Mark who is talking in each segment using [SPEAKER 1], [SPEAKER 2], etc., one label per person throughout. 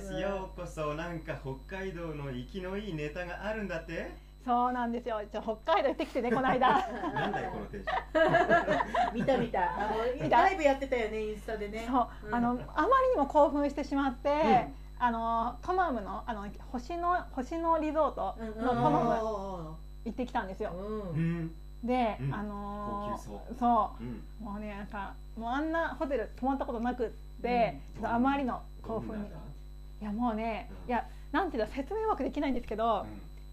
[SPEAKER 1] す。
[SPEAKER 2] うん
[SPEAKER 1] ようこそ、なんか北海道の生きのいいネタがあるんだって。
[SPEAKER 3] す。そうなんですよ。ちょ北海道行ってきてね、この間。
[SPEAKER 1] なんだよ、このテンシ
[SPEAKER 2] 見た見た。あの
[SPEAKER 3] 見た
[SPEAKER 2] ライブやってたよねインスタでね。
[SPEAKER 3] そう、
[SPEAKER 2] うん
[SPEAKER 3] あの、あまりにも興奮してしまって。あのトマムのあの星の星のリゾート
[SPEAKER 2] うん
[SPEAKER 3] のトマム
[SPEAKER 2] う
[SPEAKER 3] 行ってきたんですよ。
[SPEAKER 2] ん
[SPEAKER 1] ョ
[SPEAKER 2] う
[SPEAKER 1] ン。
[SPEAKER 2] ん
[SPEAKER 1] ん、
[SPEAKER 3] で、
[SPEAKER 1] うん
[SPEAKER 3] あの
[SPEAKER 1] 高級そう
[SPEAKER 3] そ
[SPEAKER 1] うん、
[SPEAKER 3] うもうねなんかもうあんなホテル泊まったことなくって、
[SPEAKER 1] うん
[SPEAKER 3] ちょっとあまりの興
[SPEAKER 1] ど
[SPEAKER 3] 奮
[SPEAKER 1] ん
[SPEAKER 3] に
[SPEAKER 1] なだ
[SPEAKER 3] いやもうね、
[SPEAKER 1] うん
[SPEAKER 3] いやなんていうの説明うまくできないんですけど、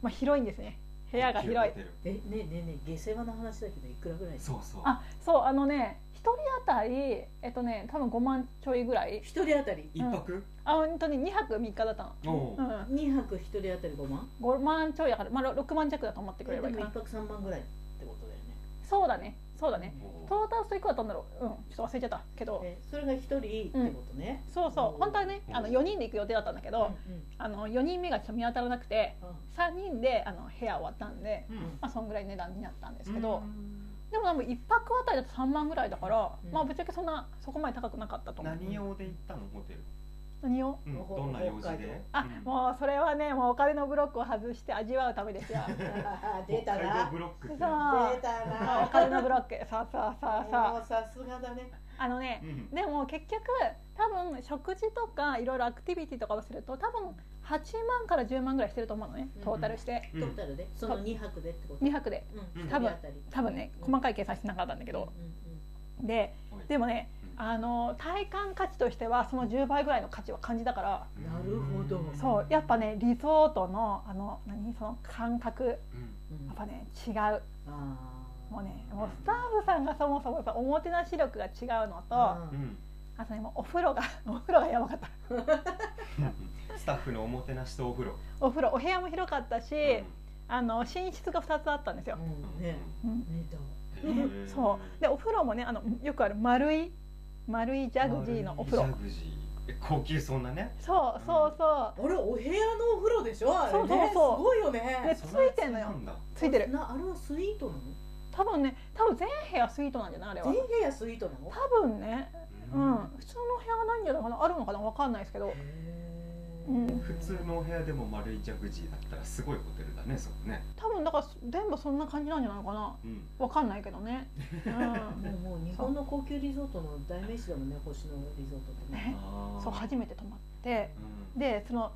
[SPEAKER 3] まあ広いんですね部屋が広い。。
[SPEAKER 2] えねえねえねえ下世話の話だけどいくらぐらい？
[SPEAKER 1] そうそう。
[SPEAKER 3] あそうあのね一人当たりえっとね多分5万ちょいぐらい
[SPEAKER 2] 一人当たり
[SPEAKER 1] 一泊。
[SPEAKER 3] あ本当に2泊3日だったの
[SPEAKER 1] おう
[SPEAKER 3] う
[SPEAKER 2] 二泊一人当たり五万？
[SPEAKER 3] ん、5万ちょいだから、まあ、ろ6万弱だと思って
[SPEAKER 2] え
[SPEAKER 3] くれ
[SPEAKER 2] で
[SPEAKER 3] れ
[SPEAKER 2] も
[SPEAKER 3] ばいい
[SPEAKER 2] 一
[SPEAKER 3] かな
[SPEAKER 2] 泊三万ぐらいってことだよね。
[SPEAKER 3] そうだねそうだね
[SPEAKER 1] おう
[SPEAKER 3] トータルといくらだったんだろううんちょっと忘れちゃったけど
[SPEAKER 2] えそれが一人ってことね。
[SPEAKER 3] そうそう本当はねあの4人で行く予定だったんだけ
[SPEAKER 2] うんう
[SPEAKER 3] ど
[SPEAKER 2] ん
[SPEAKER 3] あの4人目がちょっと見当たらなくて
[SPEAKER 2] あ
[SPEAKER 3] 3人であの部屋終わったんで、
[SPEAKER 1] うん
[SPEAKER 3] まあ、そんぐらい値段になったんです
[SPEAKER 1] うん
[SPEAKER 3] けど、でもなんか1泊あたりだと3万ぐらいだから、
[SPEAKER 2] うん
[SPEAKER 3] まあぶっちゃけそんなそこまで高くなかったと思う
[SPEAKER 1] 何用で行ったの、ホテル。
[SPEAKER 3] 何を
[SPEAKER 1] うん、どんな用事で。
[SPEAKER 3] あ、
[SPEAKER 1] うん
[SPEAKER 3] もうそれはねもうお金のブロックを外して味わうためですよ
[SPEAKER 2] 出た
[SPEAKER 1] 北海道
[SPEAKER 2] な
[SPEAKER 1] ブ。ロックって。
[SPEAKER 2] 出
[SPEAKER 3] そう
[SPEAKER 2] た
[SPEAKER 3] お
[SPEAKER 2] な。
[SPEAKER 3] 金のブロックさあさあさあさ
[SPEAKER 2] もうさすがだね。
[SPEAKER 3] ああのね
[SPEAKER 1] うん
[SPEAKER 3] でも結局多分食事とかいろいろアクティビティとかをすると多分8万から10万ぐらいしてると思うのねトータルして、
[SPEAKER 1] う
[SPEAKER 2] ト
[SPEAKER 1] ん
[SPEAKER 2] ータルでその二泊でってこと。
[SPEAKER 3] 2泊で
[SPEAKER 2] うん
[SPEAKER 1] うん
[SPEAKER 2] 一人
[SPEAKER 3] 多分
[SPEAKER 2] 当たり
[SPEAKER 3] 多分ね細かい計算してなかったんだけど、で
[SPEAKER 1] おい
[SPEAKER 3] でもね
[SPEAKER 1] うん
[SPEAKER 3] あの体感価値としてはその10倍ぐらいの価値は感じたから
[SPEAKER 2] なるほど
[SPEAKER 1] うん
[SPEAKER 3] そうやっぱねリゾートのあの何その感覚や
[SPEAKER 1] うん
[SPEAKER 2] うんうん
[SPEAKER 3] っぱね違う
[SPEAKER 2] あー
[SPEAKER 3] もうねもうスタッフさんがそもそもやっぱおもてなし力が違うのと、あ
[SPEAKER 2] う
[SPEAKER 1] うんん
[SPEAKER 3] とねもうお風呂が お風呂がやばかった
[SPEAKER 1] スタッフのおもてなしとお風呂。
[SPEAKER 3] お風呂お部屋も広かったし、
[SPEAKER 1] うん
[SPEAKER 3] あの寝室が2つあったんですよ、
[SPEAKER 2] うんね
[SPEAKER 3] うん
[SPEAKER 2] 寝た
[SPEAKER 1] うん
[SPEAKER 3] そうでお風呂もねあのよくある丸い丸いジャグジーのお風
[SPEAKER 1] ジ
[SPEAKER 3] 呂
[SPEAKER 1] ャグジー。高級そうなね。
[SPEAKER 3] そうそうそ
[SPEAKER 2] あれお部屋のお風呂でしょあれね
[SPEAKER 3] そうそうそう
[SPEAKER 2] すごいよ
[SPEAKER 3] うで
[SPEAKER 2] ね
[SPEAKER 3] つ
[SPEAKER 1] そ
[SPEAKER 3] いてんの
[SPEAKER 1] なやつな
[SPEAKER 3] よ
[SPEAKER 1] んだ。
[SPEAKER 3] ついてる
[SPEAKER 2] なあれはスイートな
[SPEAKER 3] 多分ね多分全部屋スイートなんじゃないあれは
[SPEAKER 2] の全部屋スイートなの
[SPEAKER 3] 多分ねう
[SPEAKER 1] うん
[SPEAKER 3] ん普通の部屋がないんじゃないかなあるのかなわかんないですけど
[SPEAKER 2] へ
[SPEAKER 3] うん
[SPEAKER 2] ー
[SPEAKER 1] 普通のお部屋でも丸いジャグジーだったらすごいホテルだねそこね。
[SPEAKER 3] 多分だから全部そんな感じなんじゃないかな
[SPEAKER 1] うん。
[SPEAKER 3] わかんないけどね、うん
[SPEAKER 2] もうもう日本の高級リゾートの代名詞だもんね星野リゾートってね
[SPEAKER 1] あー
[SPEAKER 3] そう初めて泊まって
[SPEAKER 1] うん
[SPEAKER 3] でその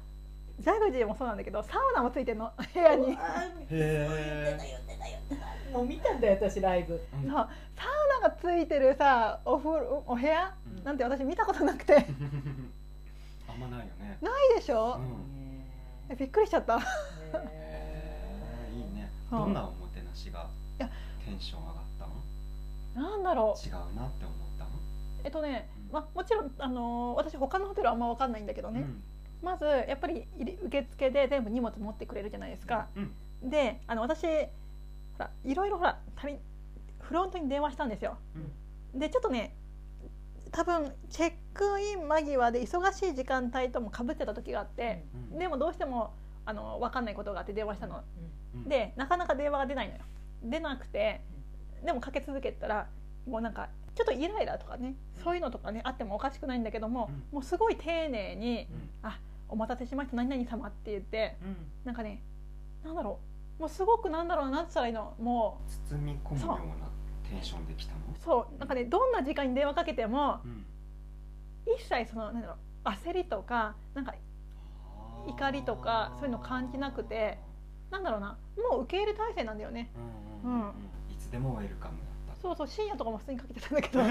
[SPEAKER 3] ジャグジーもそうなんだけどサウナもついてんの部屋に
[SPEAKER 2] うわー
[SPEAKER 1] へえ。
[SPEAKER 2] 言ってた言ってたもう見たんだよ私ライブ
[SPEAKER 1] うん
[SPEAKER 3] そうサウナがついてるさお風呂お部屋
[SPEAKER 1] うん
[SPEAKER 3] なんて私見たことなくてない
[SPEAKER 1] あんまないよね。
[SPEAKER 3] でし
[SPEAKER 1] う
[SPEAKER 3] ょ、
[SPEAKER 1] ん。
[SPEAKER 2] ね
[SPEAKER 3] えびっくりしちゃったい
[SPEAKER 2] えね
[SPEAKER 1] へえいい
[SPEAKER 2] え
[SPEAKER 1] ね。
[SPEAKER 3] そう
[SPEAKER 1] どんなおもてなしが
[SPEAKER 3] いや
[SPEAKER 1] テンション上がったの？
[SPEAKER 3] なんだろう
[SPEAKER 1] 違うなって思ったの？
[SPEAKER 3] えっとね
[SPEAKER 1] うん、
[SPEAKER 3] ま、もちろん、あのー私他のホテルはあんま分かんないんだけどね、
[SPEAKER 1] うん
[SPEAKER 3] まずやっぱり入り受付で全部荷物持ってくれるじゃないですか、
[SPEAKER 1] うん
[SPEAKER 3] であの私ほらいろいろほら足りフロントに電話したんですよ、でちょっとね多分チェックイン間際で忙しい時間帯ともかぶってた時があって、
[SPEAKER 1] うん
[SPEAKER 3] でもどうしてもあの分かんないことがあって電話したの、
[SPEAKER 1] うん
[SPEAKER 3] でなかなか電話が出ないのよ出なくてでもかけ続けたらもうなんかちょっとイライラとかねそういうのとかねあってもおかしくないんだけども、
[SPEAKER 1] うん
[SPEAKER 3] もうすごい丁寧に
[SPEAKER 1] うん
[SPEAKER 3] 「お待たせしました何々様」って言って
[SPEAKER 1] うん
[SPEAKER 3] なんかねなんだろうもうすごくなんだろうななんて言ったらいいのも
[SPEAKER 1] 包み込むようなテンションできたの。
[SPEAKER 3] うそうなんかねどんな時間に電話かけても
[SPEAKER 1] うん
[SPEAKER 3] 一切そのなんだろう焦りとかなんか怒りとかそういうの感じなくて、なんだろうなもう受け入れ体制なんだよね
[SPEAKER 1] うんうんうんうん
[SPEAKER 3] うん
[SPEAKER 1] いつでもウェルカムだった
[SPEAKER 3] そうそう深夜とかも普通にかけてたん だけど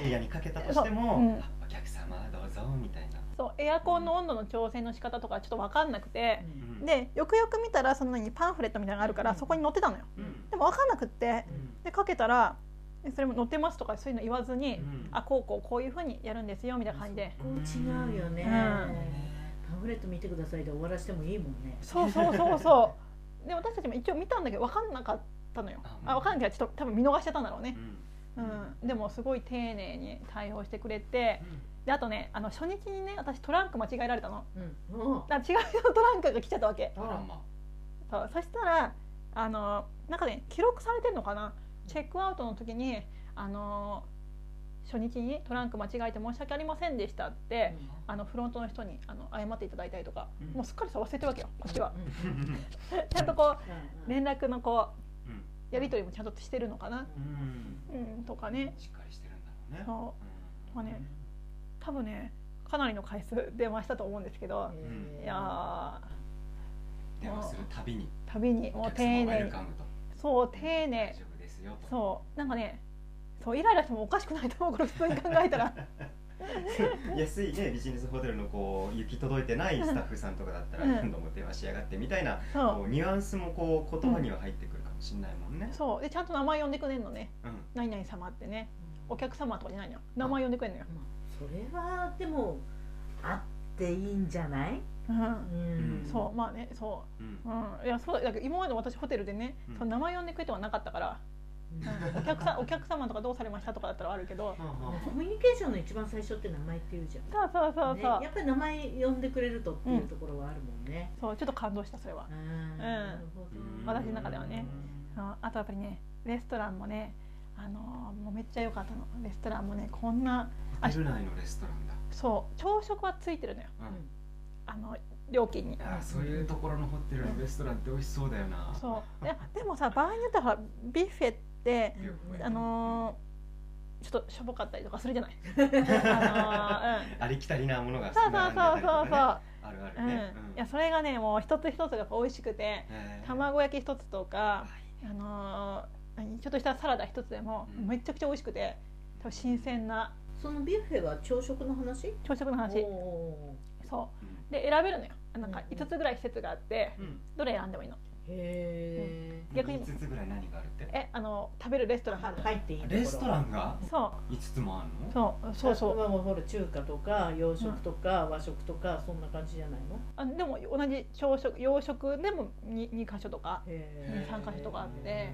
[SPEAKER 1] 深夜にかけたとしても、
[SPEAKER 3] そううん
[SPEAKER 1] あお客様どうぞみたいな
[SPEAKER 3] そうエアコンの温度の調整の仕方とかちょっと分かんなくて、
[SPEAKER 1] うん
[SPEAKER 3] でよくよく見たらその何パンフレットみたいなのがあるから、そこに載ってたのよ
[SPEAKER 1] うん
[SPEAKER 3] でも分かんなくって
[SPEAKER 1] うん
[SPEAKER 3] でかけたらえそれも載ってますとかそういうの言わずに、
[SPEAKER 1] うん
[SPEAKER 3] あこうこうこういうふうにやるんですよみたいな感じで
[SPEAKER 2] こう違うよね、
[SPEAKER 3] うん
[SPEAKER 2] パンフレット見てくださいで終わらせてもいいもんね
[SPEAKER 3] そうそうそうそうで私たちも一応見たんだけど分かんなかったのよ
[SPEAKER 1] あ
[SPEAKER 3] あ分かんないけどちょっと多分見逃しちゃったんだろうね
[SPEAKER 1] う、ん
[SPEAKER 3] うんでもすごい丁寧に対応してくれてであとねあの初日にね私トランク間違えられたの
[SPEAKER 2] うんうん
[SPEAKER 3] あ違う人のトランクが来ちゃったわけ
[SPEAKER 1] あら
[SPEAKER 2] あ
[SPEAKER 1] ま
[SPEAKER 3] そうそしたらあのなんかね記録されてんのかなチェックアウトの時にあの初日にトランク間違えて申し訳ありませんでしたって、あのフロントの人にあの謝っていただいたりとか、
[SPEAKER 1] うん
[SPEAKER 3] もうすっかりさ忘れてるわけよこっちは、
[SPEAKER 2] うんうん
[SPEAKER 1] うん
[SPEAKER 3] ちゃんとこう
[SPEAKER 2] うん
[SPEAKER 3] 連絡のこ
[SPEAKER 1] うん
[SPEAKER 3] うやり取りもちゃんとしてるのかな、
[SPEAKER 1] うん
[SPEAKER 3] うん、とかね
[SPEAKER 1] しっかりしてるんだろうね
[SPEAKER 3] そう
[SPEAKER 1] うん
[SPEAKER 3] まあね多分ねかなりの回数電話したと思うんですけど、
[SPEAKER 2] えー
[SPEAKER 3] いや
[SPEAKER 1] 電話するたびに
[SPEAKER 3] ー旅に
[SPEAKER 1] お
[SPEAKER 3] もう
[SPEAKER 1] 客
[SPEAKER 3] 丁
[SPEAKER 1] 様ウェ
[SPEAKER 3] 寧
[SPEAKER 1] ル
[SPEAKER 3] に
[SPEAKER 1] カムと
[SPEAKER 3] そう丁寧
[SPEAKER 1] 大丈夫ですよと
[SPEAKER 3] そうなんかねそうイライラしてもおかしくないと思うこれ普通に考えたら
[SPEAKER 1] 安いねビジネスホテルのこう行き届いてないスタッフさんとかだったら
[SPEAKER 3] うん
[SPEAKER 1] 何度も電話しやがってみたいな
[SPEAKER 3] そ
[SPEAKER 1] こうニュアンスもこう言葉には入ってくるかもしれないもんね
[SPEAKER 3] う。そうでちゃんと名前呼んでくれんのね
[SPEAKER 1] うん
[SPEAKER 3] 「何々様」ってねお
[SPEAKER 2] ま
[SPEAKER 3] 客様とかじゃないのよ名前呼んでくれんのよ
[SPEAKER 2] あ、それはでもあっていいんじゃない、う
[SPEAKER 3] う、
[SPEAKER 2] んん
[SPEAKER 1] うん
[SPEAKER 3] そうまあねそ
[SPEAKER 1] うん
[SPEAKER 3] う、うん、いやそうだだけど今まで私ホテルでね、
[SPEAKER 1] うん
[SPEAKER 3] その名前呼んでくれてはなかったから、
[SPEAKER 2] うん
[SPEAKER 3] うんお客さんお客様とかどうされましたとかだったらあるけど
[SPEAKER 1] はあは
[SPEAKER 2] コミュニケーションの一番最初って名前って言うじゃん
[SPEAKER 3] そうそうそうそう、
[SPEAKER 2] ね、やっぱり名前呼んでくれるとっていうところはあるもんね、
[SPEAKER 3] そうちょっと感動したそれは
[SPEAKER 2] あーなるほ
[SPEAKER 1] うん
[SPEAKER 2] ど
[SPEAKER 3] 私の中ではねああとやっぱりねレストランもねあのーもうめっちゃ良かったのレストランもねこんな
[SPEAKER 1] あホテル内のレストランだ。
[SPEAKER 3] そう朝食はついてるのよ
[SPEAKER 1] うん
[SPEAKER 3] あの料金に
[SPEAKER 1] あーそういうところのホテルのレストランって美味しそうだよな。
[SPEAKER 3] そういやでもさ場合によってはほらビュッフェって
[SPEAKER 1] よくね
[SPEAKER 3] あのーちょっとしょぼかったりとかするじゃない あのーうん
[SPEAKER 1] ありきたりなものが
[SPEAKER 3] そうそうそうそう
[SPEAKER 1] 並んでたりとかね
[SPEAKER 3] そ
[SPEAKER 1] あるあ
[SPEAKER 3] う、
[SPEAKER 1] るね。
[SPEAKER 3] うん、いうや
[SPEAKER 1] ん
[SPEAKER 3] それがねもう一つ一つが美味しくて
[SPEAKER 1] えー
[SPEAKER 3] 卵焼き一つと
[SPEAKER 1] あ
[SPEAKER 3] か
[SPEAKER 1] いいね
[SPEAKER 3] あのー何ちょっとしたサラダ一つでも
[SPEAKER 1] うん
[SPEAKER 3] めちゃくちゃ美味しくて多分新鮮な
[SPEAKER 2] そのビュッフェは朝食の話
[SPEAKER 3] 朝食の
[SPEAKER 2] お
[SPEAKER 3] 話
[SPEAKER 2] ーお
[SPEAKER 3] そううで選べるのよなんか
[SPEAKER 2] うんうん
[SPEAKER 3] 5つぐらい施設があって
[SPEAKER 1] んうん
[SPEAKER 3] どれ選んでもいいの
[SPEAKER 2] ーへえ、
[SPEAKER 3] 逆に
[SPEAKER 1] 五つぐらい何があるって。
[SPEAKER 3] えあの食べるレストランがあ
[SPEAKER 2] は
[SPEAKER 3] るの
[SPEAKER 2] 入っていいところ
[SPEAKER 1] レストランが
[SPEAKER 3] そう
[SPEAKER 1] 五つもあるの？
[SPEAKER 3] そうそうそう
[SPEAKER 2] あほら中華とか洋食とか和食とかそんな感じじゃないの
[SPEAKER 3] あでも同じ朝食洋食でも 2, 2箇所とか
[SPEAKER 2] へー
[SPEAKER 3] 三箇所とかあって
[SPEAKER 1] へ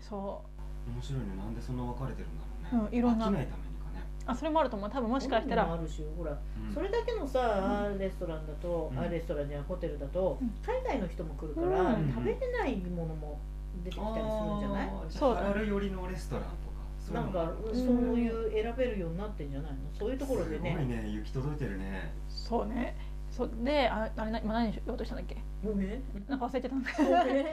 [SPEAKER 3] そ
[SPEAKER 1] ー面白いね。なんでそんな分かれてるんだろうね。
[SPEAKER 3] うんいろんな
[SPEAKER 1] 飽きないためにかね。
[SPEAKER 3] うあそれもあると思う多分もしかしたら
[SPEAKER 2] こんなのもあるしほら
[SPEAKER 1] うん
[SPEAKER 2] それだけのさ、レストランだと、あ
[SPEAKER 1] うん
[SPEAKER 2] レストランじゃないホテルだと、
[SPEAKER 3] うん
[SPEAKER 2] 海外の人も来るから、
[SPEAKER 3] うん
[SPEAKER 2] 食べてないものも出てきたりするんじゃない、
[SPEAKER 1] あーじゃあ
[SPEAKER 3] そうだね
[SPEAKER 1] ハラル寄りのレストランとかそういう
[SPEAKER 2] な
[SPEAKER 1] のも
[SPEAKER 2] んか
[SPEAKER 1] ある
[SPEAKER 2] そううんいう選べるようになってんじゃないのそういうところです
[SPEAKER 1] ごい
[SPEAKER 2] ね
[SPEAKER 1] ね行き届いてる ね
[SPEAKER 3] そうねそうでああれな今何しようとしたんだっけ
[SPEAKER 2] ごめん
[SPEAKER 3] なんか忘れてた んだけ
[SPEAKER 2] ご
[SPEAKER 3] ど
[SPEAKER 2] めん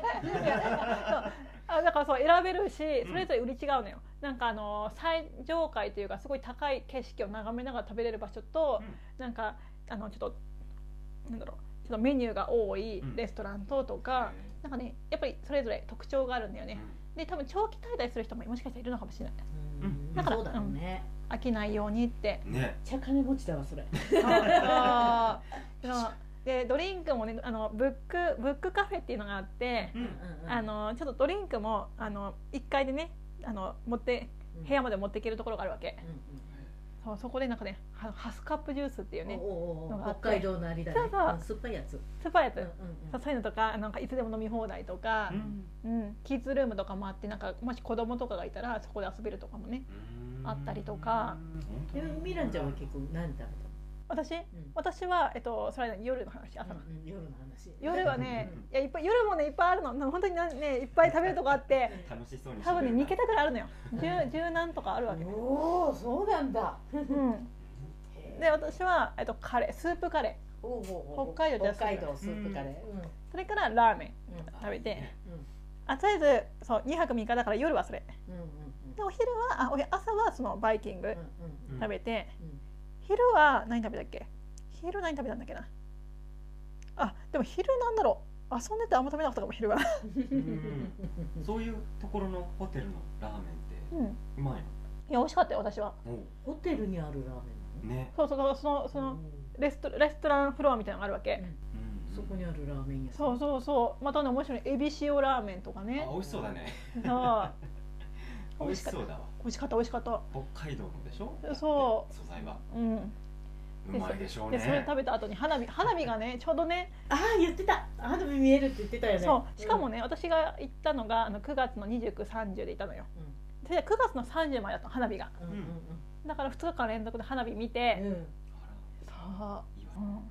[SPEAKER 3] あだからそう選べるしそれぞれ売り違うのよ、なんかあの最上階というかすごい高い景色を眺めながら食べれる場所と、なんかあのちょっとなんだろうちょっとメニューが多い
[SPEAKER 1] うん
[SPEAKER 3] レストランととか、なんかねやっぱりそれぞれ特徴があるんだよね、で多分長期滞在する人ももしかしたらいるのかもしれない
[SPEAKER 2] うん
[SPEAKER 3] だから
[SPEAKER 2] そうだろうね、
[SPEAKER 3] 飽きないようにって
[SPEAKER 1] うんね
[SPEAKER 2] めっちゃ金持ちだわそれ
[SPEAKER 3] そうそうそうでドリンクもねあのブックブックカフェっていうのがあって、
[SPEAKER 1] うん
[SPEAKER 3] あのちょっとドリンクもあの1階でねあの持って部屋
[SPEAKER 2] も、
[SPEAKER 3] まで持っていけるところがあるわけ、そうそこでなんかねはハスカップジュースっていう
[SPEAKER 2] うんうん
[SPEAKER 3] ね
[SPEAKER 2] おおお
[SPEAKER 3] の
[SPEAKER 2] お
[SPEAKER 3] があって
[SPEAKER 2] 北海道のありだね
[SPEAKER 3] そうそう
[SPEAKER 2] うん酸っぱいやつ、
[SPEAKER 3] スーパーやつ、
[SPEAKER 2] うんうん
[SPEAKER 3] そうそういうのとかなんかいつでも飲み放題とか
[SPEAKER 1] う、ん
[SPEAKER 3] うん、キッズルームとかもあってなんかもし子供とかがいたらそこで遊べるとかもねあったりとか
[SPEAKER 1] 本当
[SPEAKER 2] うん、で
[SPEAKER 1] に
[SPEAKER 2] ミランちゃんは結構何食べたの、
[SPEAKER 3] 私
[SPEAKER 2] うん
[SPEAKER 3] 私は、えっと、それは夜の話朝の、
[SPEAKER 2] うんうん夜の話
[SPEAKER 3] 夜はね
[SPEAKER 1] うん
[SPEAKER 3] いやいっぱい夜もねいっぱいあるのな本当になねいっぱい食べるとこあって
[SPEAKER 1] 楽しそうに
[SPEAKER 3] 多分ね2
[SPEAKER 1] け
[SPEAKER 3] 桁ぐらいあるのよ十十何とかあるわけ、
[SPEAKER 2] おおそうなんだ
[SPEAKER 3] うん、で私は、えっと、カレースープカレ
[SPEAKER 2] おうおうおう
[SPEAKER 3] 北海道じゃ
[SPEAKER 2] 北海道スープカレー、うん
[SPEAKER 3] ーそれからラーメン
[SPEAKER 2] うん
[SPEAKER 3] 食べてあとりあえずそう2泊3日だから夜はそれ
[SPEAKER 2] うんうん
[SPEAKER 3] でお昼はあお昼朝はそのバイキング
[SPEAKER 2] うんうん
[SPEAKER 3] 食べて、
[SPEAKER 2] うん
[SPEAKER 3] 昼は何食べたっけ昼何食べたんだっけなあでも昼なんだろう遊んでてあんま食べなかったかも昼は、
[SPEAKER 1] そういうところのホテルのラーメンって
[SPEAKER 3] う
[SPEAKER 1] う
[SPEAKER 3] ん、
[SPEAKER 1] まいの
[SPEAKER 3] いや美味しかったよ私は
[SPEAKER 1] お
[SPEAKER 2] ホテルにあるラーメンなの
[SPEAKER 1] ね
[SPEAKER 3] そうそうそうそのそのレストレストランフロアみたいなのがあるわけ、
[SPEAKER 1] うん
[SPEAKER 2] そこにあるラーメン屋さん
[SPEAKER 3] そうそうそうまたね面白いエビ塩ラーメンとか
[SPEAKER 1] あ
[SPEAKER 3] ね
[SPEAKER 1] 美味しそうだね
[SPEAKER 3] そう
[SPEAKER 1] 美味しそうだわ
[SPEAKER 3] 美味しかった美味しかった
[SPEAKER 1] 北海道のでしょ
[SPEAKER 3] そう
[SPEAKER 1] 素材は
[SPEAKER 3] うん
[SPEAKER 1] うまいでしょう
[SPEAKER 3] で
[SPEAKER 1] ね
[SPEAKER 3] それ食べた後に花火花火がねちょうどね
[SPEAKER 2] ああ言ってたあでも見えるって言ってたよね
[SPEAKER 3] そうしかも
[SPEAKER 2] ね、
[SPEAKER 3] ね、私が行ったのがあの9月の2930でいたのよ、それで9月の30までだったの花火が
[SPEAKER 2] うんうん
[SPEAKER 3] だから2日間連続で花火見
[SPEAKER 2] うん
[SPEAKER 3] て、
[SPEAKER 2] うん
[SPEAKER 1] あ
[SPEAKER 3] そ、
[SPEAKER 1] らいいう
[SPEAKER 3] う
[SPEAKER 1] わ
[SPEAKER 3] ん、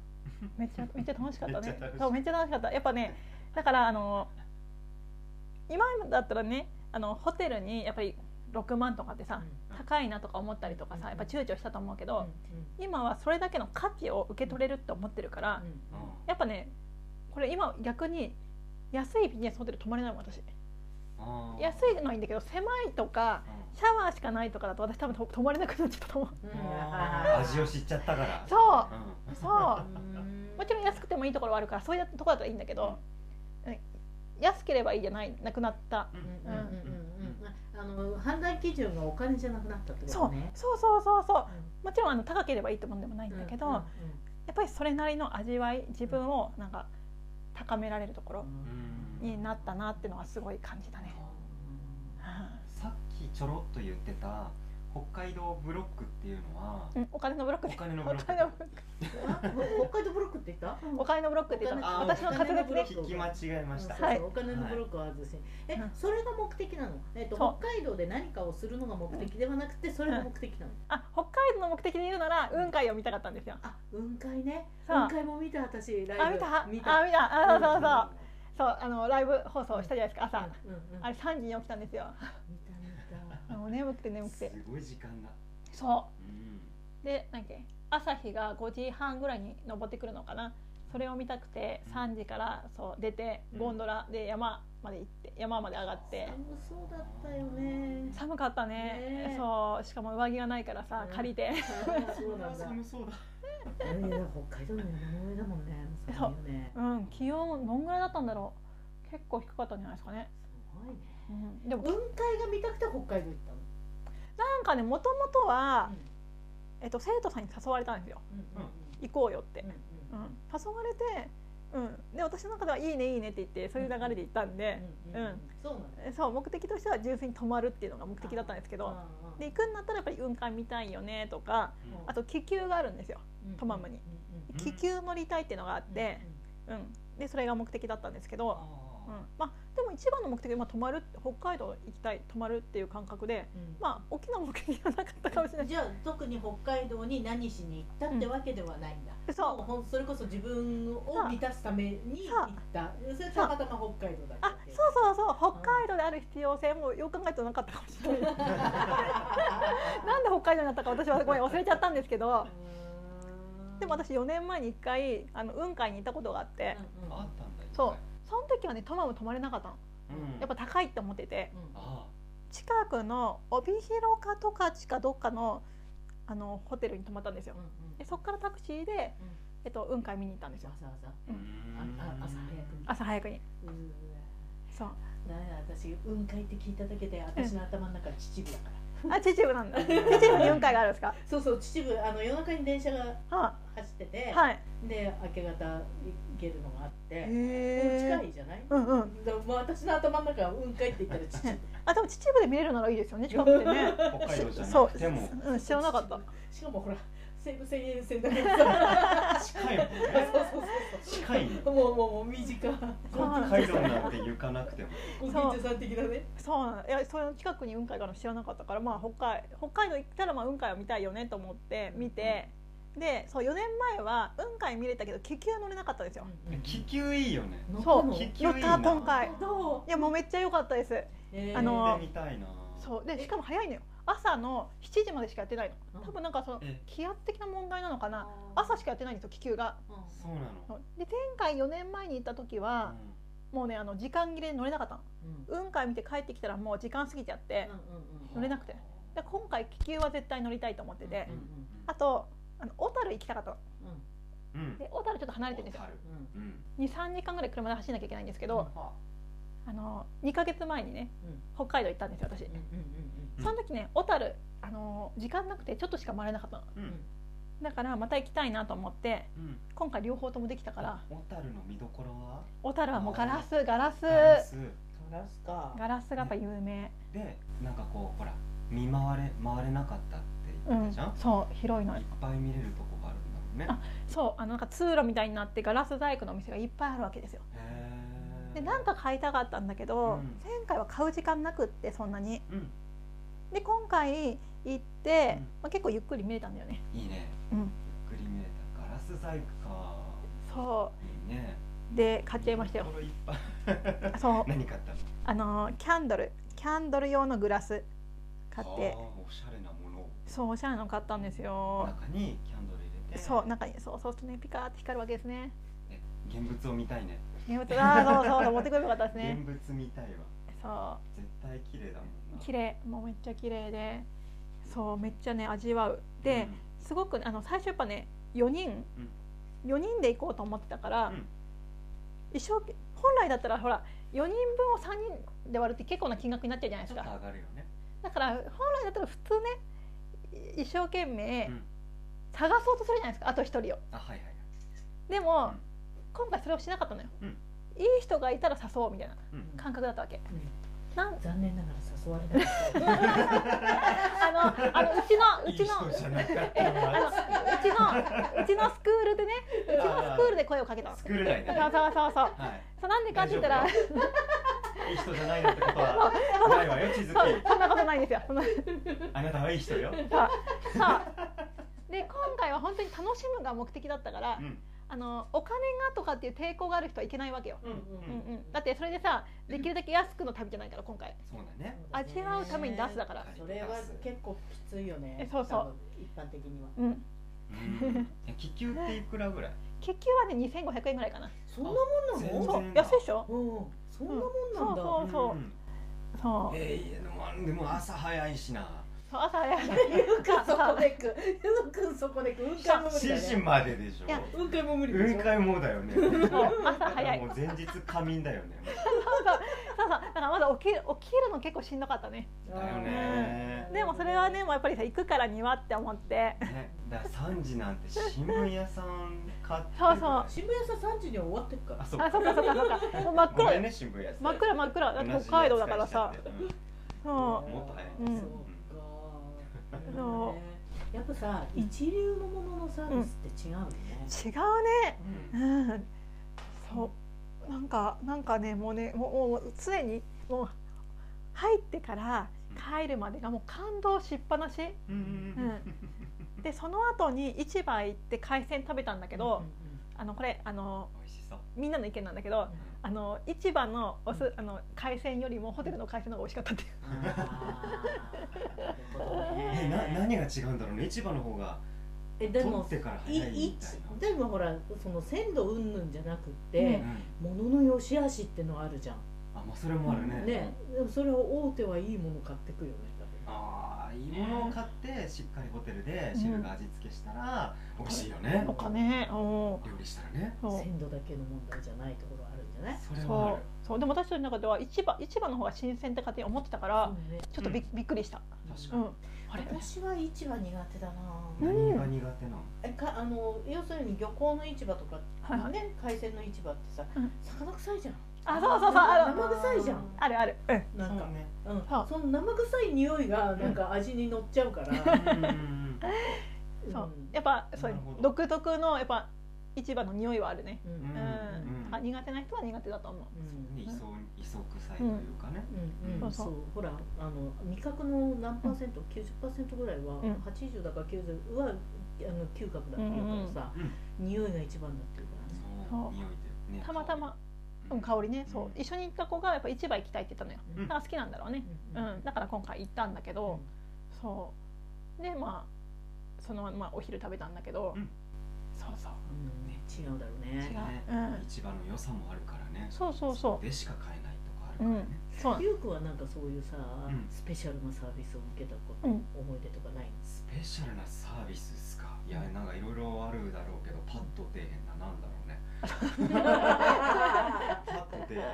[SPEAKER 3] めっちゃめっちゃ楽しかった
[SPEAKER 1] めっ
[SPEAKER 3] ね
[SPEAKER 1] ちゃ楽しい
[SPEAKER 3] そうめっちゃ楽しかったやっぱねだからあの今だったらねあのホテルにやっぱり6万とかってさ高いなとか思ったりとかさやっぱ躊躇したと思うけ
[SPEAKER 2] うんうん
[SPEAKER 3] ど、今はそれだけの価値を受け取れるって思ってるから、やっぱねこれ今逆に安いビジネスホテル泊まれないもん私
[SPEAKER 1] うんあー
[SPEAKER 3] 安いのはいいんだけど狭いとかシャワーしかないとかだと私多分と泊まれなくなっちゃったと思う
[SPEAKER 2] うん
[SPEAKER 1] う
[SPEAKER 2] うんん
[SPEAKER 1] あー味を知っちゃったから
[SPEAKER 3] そううんそう
[SPEAKER 2] うん
[SPEAKER 3] もちろん安くてもいいところはあるからそういうところだったらいいんだけど、うん安ければいいじゃないなくなった
[SPEAKER 1] うん
[SPEAKER 2] うんうんうんうんあの判断基準がお金じゃなくなったってことね
[SPEAKER 3] そうそうそうそう
[SPEAKER 2] う
[SPEAKER 3] もちろんあの高ければいいってもんでもないん
[SPEAKER 2] ん
[SPEAKER 3] だけど、
[SPEAKER 2] うんうん
[SPEAKER 3] やっぱりそれなりの味わい自分をなんか高められるとこ
[SPEAKER 2] う
[SPEAKER 3] ろ
[SPEAKER 2] ん
[SPEAKER 1] うん
[SPEAKER 3] になったなってのはすごい感じたね、
[SPEAKER 1] さっきちょろっと言ってた北海道ブロックっていうのは
[SPEAKER 3] うん、お金のブロック
[SPEAKER 1] お
[SPEAKER 3] で
[SPEAKER 1] 金の
[SPEAKER 3] お
[SPEAKER 1] ブロック
[SPEAKER 3] 金のブロック
[SPEAKER 2] あ北海道ブロックって言った
[SPEAKER 3] お金のブロックって言ったの
[SPEAKER 1] あ
[SPEAKER 3] 私の滑舌
[SPEAKER 2] お金のブロ
[SPEAKER 3] ね
[SPEAKER 2] ック
[SPEAKER 1] 聞き間違えました
[SPEAKER 2] うんそう
[SPEAKER 3] はい
[SPEAKER 2] そうお金のブロックは外せ、え
[SPEAKER 3] うん
[SPEAKER 2] それが目的なの、えっと
[SPEAKER 3] そう
[SPEAKER 2] 北海道で何かをするのが目的ではなくてそれが目的なの、
[SPEAKER 3] あ北海道の目的で言うなら雲海を見たかったんですよ
[SPEAKER 2] あ雲海ね
[SPEAKER 3] そう
[SPEAKER 2] 雲海も見た私ライブ
[SPEAKER 3] あ
[SPEAKER 2] 見
[SPEAKER 3] 見た
[SPEAKER 2] た
[SPEAKER 3] あ見たあそうそうそう
[SPEAKER 1] う
[SPEAKER 3] そうあのライブ放送したじゃないですか朝、
[SPEAKER 2] うんうん
[SPEAKER 3] あれ3時に起きたんですよ
[SPEAKER 2] 見た見
[SPEAKER 3] もう眠くて眠く
[SPEAKER 1] す
[SPEAKER 3] て
[SPEAKER 1] ごい時間だ
[SPEAKER 3] そ
[SPEAKER 1] うん
[SPEAKER 3] うでなんだっけ朝日が5時半ぐらいに登ってくるのかなそれを見たくて
[SPEAKER 1] うん
[SPEAKER 3] 3時からそう出て
[SPEAKER 1] うん
[SPEAKER 3] ゴンドラで山まで行って山まで上がって
[SPEAKER 2] た寒そうだったよね
[SPEAKER 3] 寒かったね
[SPEAKER 2] ねえ
[SPEAKER 3] そうしかも上着がないからさ
[SPEAKER 2] うん
[SPEAKER 3] 借りて
[SPEAKER 2] そうなんだ
[SPEAKER 1] 寒そうだ
[SPEAKER 2] いや北海道の山の上だもんね寒いよね
[SPEAKER 3] うん気温どんぐらいだったんだろう結構低かったんじゃないですかね、
[SPEAKER 2] すごいね
[SPEAKER 3] うん、でも
[SPEAKER 2] 雲海が見たくて北海道行ったの
[SPEAKER 3] なんかねもともとは
[SPEAKER 2] うん、
[SPEAKER 3] えっと、生徒さんに誘われたんですよ行こうよって
[SPEAKER 2] うんうん
[SPEAKER 3] うん、誘われて、うん、で私の中では「いいねいいね」って言ってそういう流れで行ったんで、
[SPEAKER 2] うんうんうん
[SPEAKER 3] うん
[SPEAKER 2] そうなんだ
[SPEAKER 3] えそう目的としては純粋に泊まるっていうのが目的だったんですけど
[SPEAKER 2] うんうん
[SPEAKER 3] で行くんだったらやっぱり雲海見たいよねとかあと気球があるんですよトマムに
[SPEAKER 1] うん
[SPEAKER 3] 気球乗りたいっていうのがあっ
[SPEAKER 2] うん
[SPEAKER 3] て、うん、でそれが目的だったんですけど、うん
[SPEAKER 1] あ
[SPEAKER 3] まあ、でも一番の目的はまあ泊まるって北海道行きたい泊まるっていう感覚で、
[SPEAKER 2] うんうん
[SPEAKER 3] まあ、大きな目的はなかったかもしれない
[SPEAKER 2] じゃあ特に北海道に何しに行ったってわけではないんだ、
[SPEAKER 3] そう
[SPEAKER 2] もほんそれこそ自分を満たすために行ったそれたまたま北海道だった
[SPEAKER 3] あ
[SPEAKER 2] って
[SPEAKER 3] そ
[SPEAKER 2] いうう
[SPEAKER 3] そうそう北海道である必要性もよく考えてなかったかもしれないなんで北海道になったか私は ごめん忘れちゃったんですけどでも私4年前に1回あの雲海に行ったことがあって
[SPEAKER 2] うんうん
[SPEAKER 1] あったんだ
[SPEAKER 3] そうその時はねトマム泊まれなかったの
[SPEAKER 1] うん
[SPEAKER 3] やっぱ高いって思ってて
[SPEAKER 2] うん
[SPEAKER 1] あ
[SPEAKER 3] 近くの帯広か十勝かどっかのあのホテルに泊まったんですよ
[SPEAKER 2] うんうん
[SPEAKER 3] でそこからタクシーで
[SPEAKER 2] うん、
[SPEAKER 3] えっと、雲海見に行ったんですよ
[SPEAKER 2] わざわざ
[SPEAKER 1] ー
[SPEAKER 3] うん
[SPEAKER 2] ああ朝早くに
[SPEAKER 3] 朝早くに
[SPEAKER 2] うーわ
[SPEAKER 3] そう
[SPEAKER 2] なんや私雲海って聞いただけで私の頭の中は秩父だから、
[SPEAKER 3] あ秩父なんだ秩父に雲海があるん ですか
[SPEAKER 2] そうそう秩父あの夜中に電車が
[SPEAKER 3] は
[SPEAKER 2] 走って
[SPEAKER 3] い
[SPEAKER 2] て、
[SPEAKER 3] はい
[SPEAKER 2] で明け方行けるのがあって、
[SPEAKER 3] へ
[SPEAKER 2] 近
[SPEAKER 3] え
[SPEAKER 2] いじゃない、
[SPEAKER 3] うんうん
[SPEAKER 2] だからまあ私の頭の中は雲海って言ったら父
[SPEAKER 3] あでも秩父で見れるならいいですよね近くてね
[SPEAKER 1] 北海道じゃ
[SPEAKER 3] そ
[SPEAKER 1] な
[SPEAKER 3] う
[SPEAKER 1] くても
[SPEAKER 3] うん 知らなかった
[SPEAKER 2] しかもほら西武線沿線だからさ
[SPEAKER 1] 近いもん
[SPEAKER 2] そう
[SPEAKER 1] ね
[SPEAKER 2] そう そう
[SPEAKER 1] 近い
[SPEAKER 2] そうもうもうもう短い
[SPEAKER 3] そう
[SPEAKER 1] 北海道なんて行かなくても
[SPEAKER 2] ご近所さん的だね
[SPEAKER 3] そうなのいやその近くに雲海があるの知らなかったから、まあ、北海北海道行ったらまあ雲海を見たいよねと思って見て、でそう4年前は雲海見れたけど気球乗れなかったんですよ、
[SPEAKER 1] 気球いいよね
[SPEAKER 3] そう
[SPEAKER 2] 乗ったの
[SPEAKER 1] 気球
[SPEAKER 3] 乗
[SPEAKER 1] い
[SPEAKER 3] っ
[SPEAKER 1] い
[SPEAKER 3] た
[SPEAKER 1] な
[SPEAKER 3] 今回
[SPEAKER 2] ど
[SPEAKER 3] いやもうめっちゃ良かったです
[SPEAKER 2] う、えー
[SPEAKER 3] あの
[SPEAKER 1] 行ってみたいな
[SPEAKER 3] そうでしかも早いのよ朝の7時までしかやってないの多分なんかその
[SPEAKER 1] え
[SPEAKER 3] 気圧的な問題なのかな朝しかやってないんですよ気球が
[SPEAKER 2] うん
[SPEAKER 1] そうなの
[SPEAKER 3] で前回4年前に行った時は、もうねあの時間切れで乗れなかったの
[SPEAKER 2] うん
[SPEAKER 3] 雲海見て帰ってきたらもう時間過ぎちゃって、
[SPEAKER 2] うん
[SPEAKER 3] 乗れなくてで今回気球は絶対乗りたいと思ってて、
[SPEAKER 2] うんうん
[SPEAKER 3] あとあの小樽行きたかったの
[SPEAKER 2] うん
[SPEAKER 1] うん
[SPEAKER 3] で小樽ちょっと離れてるんですよ
[SPEAKER 1] 小樽
[SPEAKER 2] うん
[SPEAKER 1] うん
[SPEAKER 3] 23時間ぐらい車で走んなきゃいけないんですけど、
[SPEAKER 2] うん
[SPEAKER 1] は
[SPEAKER 3] あの2ヶ月前にね
[SPEAKER 2] うん
[SPEAKER 3] 北海道行ったんですよ私
[SPEAKER 2] うんうん
[SPEAKER 4] うん
[SPEAKER 3] その時ね小樽あの時間なくてちょっとしか回れなかったの
[SPEAKER 1] うん
[SPEAKER 3] だからまた行きたいなと思って
[SPEAKER 1] うん
[SPEAKER 3] 今回両方ともできたから
[SPEAKER 1] 小樽の見どころは
[SPEAKER 3] 小樽はもうガラスガラス
[SPEAKER 1] ガラス
[SPEAKER 2] うんガラスか
[SPEAKER 3] ガラスがやっぱ有名
[SPEAKER 1] でなんかこうほら見回れ回れなかったって
[SPEAKER 3] う
[SPEAKER 1] 言ってた
[SPEAKER 3] ん
[SPEAKER 1] じゃん、
[SPEAKER 3] そう広いの
[SPEAKER 1] いっぱい見れるとこがあるんだもんね
[SPEAKER 3] あそうあのなんか通路みたいになってガラス細工のお店がいっぱいあるわけですよ
[SPEAKER 1] へー
[SPEAKER 3] でなんか買いたかったんだけ
[SPEAKER 1] う
[SPEAKER 3] ど、
[SPEAKER 1] ん
[SPEAKER 3] 前回は買う時間なくってそんなに
[SPEAKER 1] うん
[SPEAKER 3] で今回行って、
[SPEAKER 1] うん
[SPEAKER 3] まあ、結構ゆっくり見れたんだよね
[SPEAKER 1] いいね
[SPEAKER 3] うん
[SPEAKER 1] ゆっくり見れたガラス細工か
[SPEAKER 3] そ
[SPEAKER 1] いいね
[SPEAKER 3] うで買っちゃいましたよ
[SPEAKER 1] 見どころいっぱい
[SPEAKER 3] そう
[SPEAKER 1] 何買ったの
[SPEAKER 3] あのキャンドルキャンドル用のグラス買っ
[SPEAKER 1] あ
[SPEAKER 3] て
[SPEAKER 1] ーおしゃれなものを
[SPEAKER 3] そうおしゃれなの買ったんですよ
[SPEAKER 1] 中にキャンドル入れて
[SPEAKER 3] そう中にそうそうするとねピカーって光るわけですね
[SPEAKER 1] ね現物を見たいね
[SPEAKER 3] 見事あーそうそうそう持ってくればよかったですね
[SPEAKER 1] 現物見たいわ
[SPEAKER 3] そ
[SPEAKER 1] 絶対綺麗だもん
[SPEAKER 3] う
[SPEAKER 1] な
[SPEAKER 3] 綺麗もうめっちゃ綺麗でそうめっちゃね味わう
[SPEAKER 1] う
[SPEAKER 3] で
[SPEAKER 1] ん、
[SPEAKER 3] すごくねあの最初やっぱね4人
[SPEAKER 1] うん
[SPEAKER 3] 4人で行こうと思ってたから、
[SPEAKER 1] うん
[SPEAKER 3] 一生懸本来だったらほら4人分を3人で割るって結構な金額になっちゃうじゃない
[SPEAKER 1] ち
[SPEAKER 3] です
[SPEAKER 1] ょっと
[SPEAKER 3] か
[SPEAKER 1] 上がるよね
[SPEAKER 3] だから本来だったら普通ねい一生懸命
[SPEAKER 1] うん
[SPEAKER 3] 探そうとするじゃないですかあと1人
[SPEAKER 1] あ
[SPEAKER 3] を
[SPEAKER 1] はいはいはい
[SPEAKER 3] でも、
[SPEAKER 1] うん
[SPEAKER 3] 今回それをしなかったのよ、
[SPEAKER 1] うん
[SPEAKER 3] いい人がいたら誘おうみたいな
[SPEAKER 1] うん
[SPEAKER 3] 感覚だったわけ
[SPEAKER 2] うん
[SPEAKER 3] なん
[SPEAKER 2] 残念ながら誘われなかった
[SPEAKER 3] あの あのうちのうちの
[SPEAKER 1] いい人じゃなかっ
[SPEAKER 3] え
[SPEAKER 1] た
[SPEAKER 3] あのうちのうちのスクールでねうちのスクールで声をかけたの
[SPEAKER 1] ス
[SPEAKER 3] そう
[SPEAKER 1] クール内でね
[SPEAKER 3] そうそうそう
[SPEAKER 1] はい
[SPEAKER 3] そうなんでかって言った
[SPEAKER 1] 大
[SPEAKER 3] ら
[SPEAKER 1] 丈いい人じゃないなんてことはないわよ、地図き。
[SPEAKER 3] そうそんなことないんですよ。そんな
[SPEAKER 1] あなたはいい人よ。
[SPEAKER 3] そうで今回は本当に楽しむが目的だったから、
[SPEAKER 1] うん、
[SPEAKER 3] あのお金がとかっていう抵抗がある人はいけないわけよ。
[SPEAKER 2] うん
[SPEAKER 3] うん
[SPEAKER 2] うん
[SPEAKER 3] うん、だってそれでさできるだけ安くの旅じゃないから今回
[SPEAKER 1] そうだね。
[SPEAKER 3] 味わうために出すだから、
[SPEAKER 1] ら
[SPEAKER 2] それは結構きついよね
[SPEAKER 3] えそうそう
[SPEAKER 2] 多分一般的には
[SPEAKER 3] うん、
[SPEAKER 1] うんえ気球っていくらぐらい？
[SPEAKER 3] 結局はね2500円ぐらいかな
[SPEAKER 2] そんなもんな
[SPEAKER 1] 全
[SPEAKER 2] の
[SPEAKER 3] そう
[SPEAKER 1] 然だ
[SPEAKER 3] 安いでしょ
[SPEAKER 2] うんそんなもんなんだ
[SPEAKER 3] そうそうそうんそう
[SPEAKER 1] えーいやでもでも朝早いしな。
[SPEAKER 3] そう朝早い
[SPEAKER 2] ゆうくんそこでくゆうくんそこでくうんかいも無理だ
[SPEAKER 1] 心身
[SPEAKER 2] ね
[SPEAKER 1] まででし
[SPEAKER 3] いや
[SPEAKER 1] ょ。
[SPEAKER 2] うんかいも無理でし
[SPEAKER 1] 雲
[SPEAKER 2] ょ
[SPEAKER 1] 海もだよね。
[SPEAKER 3] そう朝 早い
[SPEAKER 1] もう前日仮眠だよね。
[SPEAKER 3] そうそうだからまだ起きる起きるの結構しんどかったね
[SPEAKER 1] だよね。
[SPEAKER 3] でもそれはねもうやっぱりさ行くからにはって思って
[SPEAKER 1] ね、だから三時なんて新聞屋さん買って
[SPEAKER 3] そうそう
[SPEAKER 1] う。
[SPEAKER 2] 渋谷さん3時には終わってっか
[SPEAKER 1] あ
[SPEAKER 2] ら
[SPEAKER 1] そう
[SPEAKER 3] あ。そっかそっかそっかもう真っ
[SPEAKER 1] ごめ
[SPEAKER 3] 黒
[SPEAKER 1] んね新聞屋さん。
[SPEAKER 3] 真っ暗真っ暗だって北海道だから
[SPEAKER 1] 同
[SPEAKER 3] さ
[SPEAKER 1] じ扱いしちゃって。うん
[SPEAKER 3] そう
[SPEAKER 1] もっと早い
[SPEAKER 3] うん
[SPEAKER 2] そうか
[SPEAKER 3] そう
[SPEAKER 2] やっぱさ一流のもののサービスって違うよね
[SPEAKER 3] 違うねうんそうなんかなんかねもうねもうもうもう常にもう入ってから帰るまでがもう感動しっぱなし
[SPEAKER 1] うん
[SPEAKER 3] でその後に市場行って海鮮食べたんだけど、あのこれあの
[SPEAKER 1] 美味しそう。
[SPEAKER 3] みんなの意見なんだけど
[SPEAKER 1] うん
[SPEAKER 3] あの市場のおすあの海鮮よりもホテルの海鮮の方が美味しかったっていう
[SPEAKER 2] あーなるほど
[SPEAKER 1] えな
[SPEAKER 2] ね
[SPEAKER 1] 何が違うんだろうね市場の方が
[SPEAKER 2] えで
[SPEAKER 1] 取
[SPEAKER 2] も
[SPEAKER 1] ってから
[SPEAKER 2] い
[SPEAKER 1] 早い
[SPEAKER 2] い
[SPEAKER 1] みたいな。
[SPEAKER 2] でもほらその鮮度云々じゃなくっ
[SPEAKER 3] う
[SPEAKER 2] て
[SPEAKER 1] うんん
[SPEAKER 2] ものの良し悪しってのあるじゃん
[SPEAKER 1] あまあそれもあるね。
[SPEAKER 2] ねでもそれを大手はいいもの買ってくよね
[SPEAKER 1] ああいいものを買ってしっかりホテルで汁が味付けしたら美味しいよね。
[SPEAKER 3] お金お
[SPEAKER 1] 料理したらね。
[SPEAKER 3] そう
[SPEAKER 2] 鮮度だけの問題じゃないところあるんじゃない
[SPEAKER 1] それはあ
[SPEAKER 3] そ
[SPEAKER 1] る。
[SPEAKER 3] うそうでも私たちの中では市場市場の方が新鮮って勝手に思ってたから
[SPEAKER 2] そうね
[SPEAKER 3] ちょっとび,、びっくりした、
[SPEAKER 1] 確
[SPEAKER 3] う
[SPEAKER 1] か
[SPEAKER 3] ん
[SPEAKER 1] に。、
[SPEAKER 3] あれ
[SPEAKER 2] 私は市場苦手だな
[SPEAKER 3] う
[SPEAKER 1] 何
[SPEAKER 3] ん
[SPEAKER 1] が苦手なの？
[SPEAKER 2] えかあの要するに漁港の市場とか、ね
[SPEAKER 3] はいはい
[SPEAKER 2] 海鮮の市場ってさ、
[SPEAKER 3] うん
[SPEAKER 2] 魚臭いじゃん
[SPEAKER 3] あそうそうそうあの
[SPEAKER 2] 生臭いじゃん
[SPEAKER 3] あるあるうん
[SPEAKER 2] なんか
[SPEAKER 1] そうね。
[SPEAKER 2] うん
[SPEAKER 3] そう
[SPEAKER 2] その生臭い匂いがなんか味に乗っちゃうから、
[SPEAKER 1] うんうんうん
[SPEAKER 3] そう
[SPEAKER 2] うん
[SPEAKER 3] やっぱそう
[SPEAKER 1] なるほど
[SPEAKER 3] 独特のやっぱ市場の匂いはあるね
[SPEAKER 2] うん
[SPEAKER 3] う、
[SPEAKER 1] うんん
[SPEAKER 3] あ苦手な人は苦手だと思う
[SPEAKER 2] うん
[SPEAKER 1] 磯磯臭いというかね。
[SPEAKER 2] うん、
[SPEAKER 3] そううんそ
[SPEAKER 2] そううほらあの味覚の何パーセント、90%ぐらいは、
[SPEAKER 3] うん
[SPEAKER 2] 80だか90はあの嗅覚だっていうからさ、
[SPEAKER 1] うんうん
[SPEAKER 2] 匂いが一番だっていうからね
[SPEAKER 1] そう匂いでね。
[SPEAKER 3] たまたま、うん、香りねそう一緒に行った子がやっぱ市場行きたいって言ったのよ
[SPEAKER 2] う
[SPEAKER 3] だ
[SPEAKER 2] ん
[SPEAKER 3] から好きなんだろうね、う
[SPEAKER 2] うん
[SPEAKER 3] ん、だから今回行ったんだけど、そうでまあそのまあお昼食べたんだけど、
[SPEAKER 1] うん
[SPEAKER 3] そうそう
[SPEAKER 2] うん違うだろう
[SPEAKER 1] 違う
[SPEAKER 2] ね
[SPEAKER 1] ね
[SPEAKER 3] うん
[SPEAKER 1] 市場の良さもあるからね。
[SPEAKER 3] そうそうそう
[SPEAKER 1] でしか買えないとかある
[SPEAKER 3] う
[SPEAKER 1] から
[SPEAKER 3] ん
[SPEAKER 1] ね、
[SPEAKER 3] そうなん
[SPEAKER 2] ゆうくんはなんかそういうさ、
[SPEAKER 1] ん
[SPEAKER 2] スペシャルなサービスを受けたこと、
[SPEAKER 3] うん
[SPEAKER 2] 思い出とかないんで
[SPEAKER 1] ス
[SPEAKER 2] す
[SPEAKER 1] ペシャルなサービスですかいやなんかいろいろあるだろうけどパッと出えへんななんだろうねパッと出えへん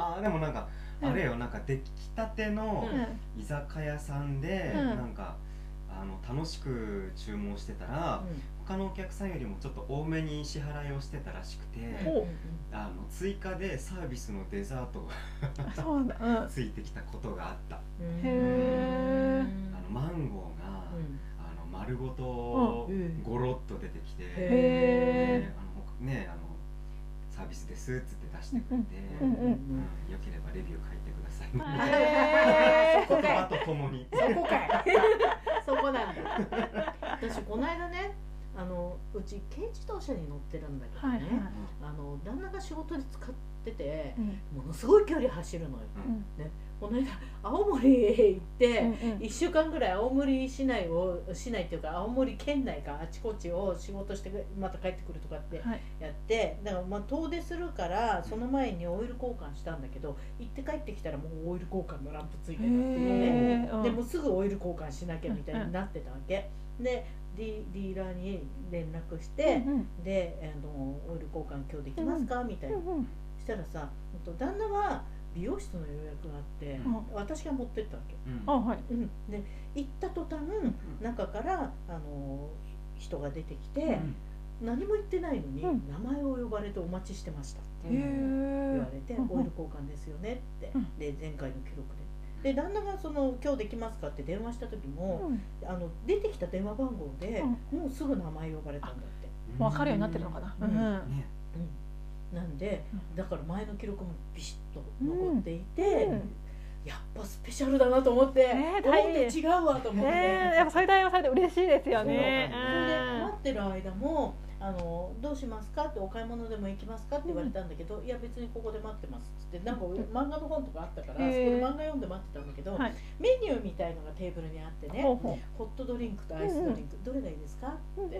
[SPEAKER 1] あーでもなんかあれよなんか出来たての
[SPEAKER 2] うん
[SPEAKER 1] 居酒屋さんで、
[SPEAKER 3] うん
[SPEAKER 1] なんかあの楽しく注文してたら、他のお客さんよりもちょっと多めに支払いをしてたらしくて、
[SPEAKER 2] うん
[SPEAKER 3] お
[SPEAKER 1] あの追加でサービスのデザート
[SPEAKER 3] あそうなんだうん
[SPEAKER 1] がついてきたことがあった、
[SPEAKER 2] うん
[SPEAKER 3] へー
[SPEAKER 2] うん
[SPEAKER 1] あのマンゴーが、
[SPEAKER 2] うん
[SPEAKER 1] あの丸ごと
[SPEAKER 2] うん
[SPEAKER 1] ゴロッと出てきて、
[SPEAKER 2] へ
[SPEAKER 3] へ
[SPEAKER 1] ねあのねあのサービスですっつって出してくれて、
[SPEAKER 3] う
[SPEAKER 1] うんん
[SPEAKER 3] うん
[SPEAKER 1] よければレビュー書いてくださいみたいな、
[SPEAKER 3] ーへ
[SPEAKER 2] そこかい
[SPEAKER 1] 言葉とともに
[SPEAKER 2] そこかいそこなんだ私この間ねあのうち軽自動車に乗ってたんだけどね、
[SPEAKER 3] はいはい
[SPEAKER 2] あの旦那が仕事で使ってて
[SPEAKER 3] うん
[SPEAKER 2] ものすごい距離走るのよ
[SPEAKER 3] うん
[SPEAKER 2] この間青森へ行って、
[SPEAKER 3] うんうん
[SPEAKER 2] 1週間ぐらい青森市内を市内っていうか青森県内かあちこちを仕事してまた帰ってくるとかって
[SPEAKER 3] はい
[SPEAKER 2] やってだからまあ遠出するからその前にオイル交換したんだけど行って帰ってきたらもうオイル交換のランプついてたっていうね
[SPEAKER 3] へー
[SPEAKER 2] でもうすぐオイル交換しなきゃみたいになってたわけでディディーラーに連絡して
[SPEAKER 3] うん
[SPEAKER 2] であのオイル交換今日できますかみたいな
[SPEAKER 3] うんうん
[SPEAKER 2] したらさほんと旦那は美容室の予約があって
[SPEAKER 1] うん
[SPEAKER 3] あ
[SPEAKER 2] 私が持ってったわけ。
[SPEAKER 1] うん
[SPEAKER 3] あはい
[SPEAKER 2] うん、で行った途端中からあの人が出てきて、
[SPEAKER 1] うん
[SPEAKER 2] 何も言ってないのに、
[SPEAKER 3] うん
[SPEAKER 2] 名前を呼ばれてお待ちしてましたって言わ
[SPEAKER 3] へ
[SPEAKER 2] れて、
[SPEAKER 3] うん
[SPEAKER 2] オイル交換ですよねって、
[SPEAKER 3] うん
[SPEAKER 2] で前回の記録でで旦那がその「今日できますか?」って電話した時
[SPEAKER 3] え
[SPEAKER 2] も、あの出てきた電話番号で、もうすぐ名前呼ばれたんだって、
[SPEAKER 3] 分かるようになってるのかな
[SPEAKER 2] う
[SPEAKER 3] うんん
[SPEAKER 1] ね
[SPEAKER 2] うん、なんで
[SPEAKER 3] うん
[SPEAKER 2] だから前の記録もビシッと残っていて、
[SPEAKER 3] うん
[SPEAKER 2] やっぱスペシャルだなと思って、
[SPEAKER 3] ねえ
[SPEAKER 2] 思
[SPEAKER 3] 大変
[SPEAKER 2] って違うわと思って。
[SPEAKER 3] ねえやっぱそういう対応されて嬉しいですよね
[SPEAKER 1] そう
[SPEAKER 2] それで待ってる間もあの「どうしますか?」って「お買い物でも行きますか?」って言われたんだけど「いや別にここで待ってます」っつってなんか俺漫画の本とかあったからそこ
[SPEAKER 3] へ
[SPEAKER 2] で
[SPEAKER 3] ー
[SPEAKER 2] 漫画読んで待ってたんだけど、
[SPEAKER 3] はい
[SPEAKER 2] メニューみたいのがテーブルにあって
[SPEAKER 3] うん
[SPEAKER 2] ね
[SPEAKER 3] ほうほ
[SPEAKER 2] ホットドリンクとアイスドリンク、どれがいいですか
[SPEAKER 3] ううんうん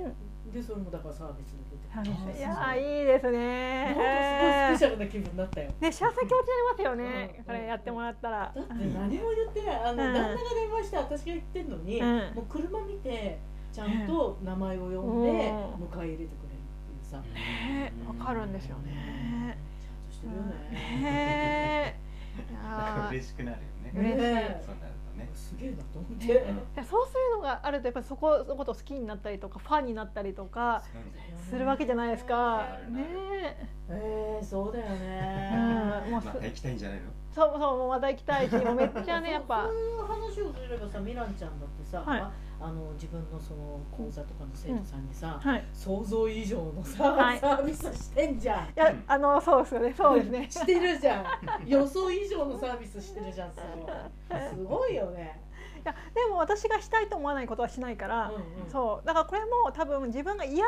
[SPEAKER 2] でそれもだからサービス
[SPEAKER 3] サー
[SPEAKER 2] で出て
[SPEAKER 3] ビスいや
[SPEAKER 2] なんか
[SPEAKER 3] ーいいです
[SPEAKER 2] す
[SPEAKER 3] ね
[SPEAKER 2] ごいスペシャルな気分になったよ
[SPEAKER 3] ね幸せ気持ちになりますよ
[SPEAKER 2] う
[SPEAKER 3] ね
[SPEAKER 2] ん
[SPEAKER 3] これやってもらったら
[SPEAKER 2] だって何も言ってないあの、
[SPEAKER 3] うん
[SPEAKER 2] 旦那が電話して私が言ってんのに、
[SPEAKER 3] うん
[SPEAKER 2] もう車見てちゃんと名前を呼んで迎え
[SPEAKER 3] うん
[SPEAKER 2] 入れてくれるっていうさ、
[SPEAKER 3] ねえわかるんですよね
[SPEAKER 2] ちゃんとしてるよね。
[SPEAKER 3] ねえい
[SPEAKER 1] なん
[SPEAKER 3] や
[SPEAKER 1] か
[SPEAKER 3] ー
[SPEAKER 1] 嬉しくなるよね
[SPEAKER 3] 嬉しい
[SPEAKER 2] ね
[SPEAKER 1] そうなるとね
[SPEAKER 2] すげえなと思っ
[SPEAKER 1] う
[SPEAKER 2] て。
[SPEAKER 1] ん
[SPEAKER 3] いやそうするのがあるとやっぱりそこのことを好きになったりとかファンになったりとか
[SPEAKER 1] そうなんだよ
[SPEAKER 3] するわけじゃないですか
[SPEAKER 1] うん
[SPEAKER 3] ね
[SPEAKER 2] ええそうだよ
[SPEAKER 3] え、
[SPEAKER 2] ね。
[SPEAKER 3] うん、もうす
[SPEAKER 1] また行きたいんじゃないの
[SPEAKER 3] そうそうもうまた行きたいしもうめっちゃねやっぱ
[SPEAKER 2] そういう話をすればさ、ミランちゃんだってさ、
[SPEAKER 3] はい
[SPEAKER 2] あの自分のその講座とかの生徒さんにさ、
[SPEAKER 3] はい
[SPEAKER 2] 想像以上のさ、
[SPEAKER 3] はい
[SPEAKER 2] サービスしてんじゃん。
[SPEAKER 3] いやあのそうですよねそうですね
[SPEAKER 2] してるじゃん。予想以上のサービスしてるじゃん。すごい。すごいよね。
[SPEAKER 3] いやでも私がしたいと思わないことはしないから、
[SPEAKER 2] うんうん
[SPEAKER 3] そうだからこれも多分自分がいやいや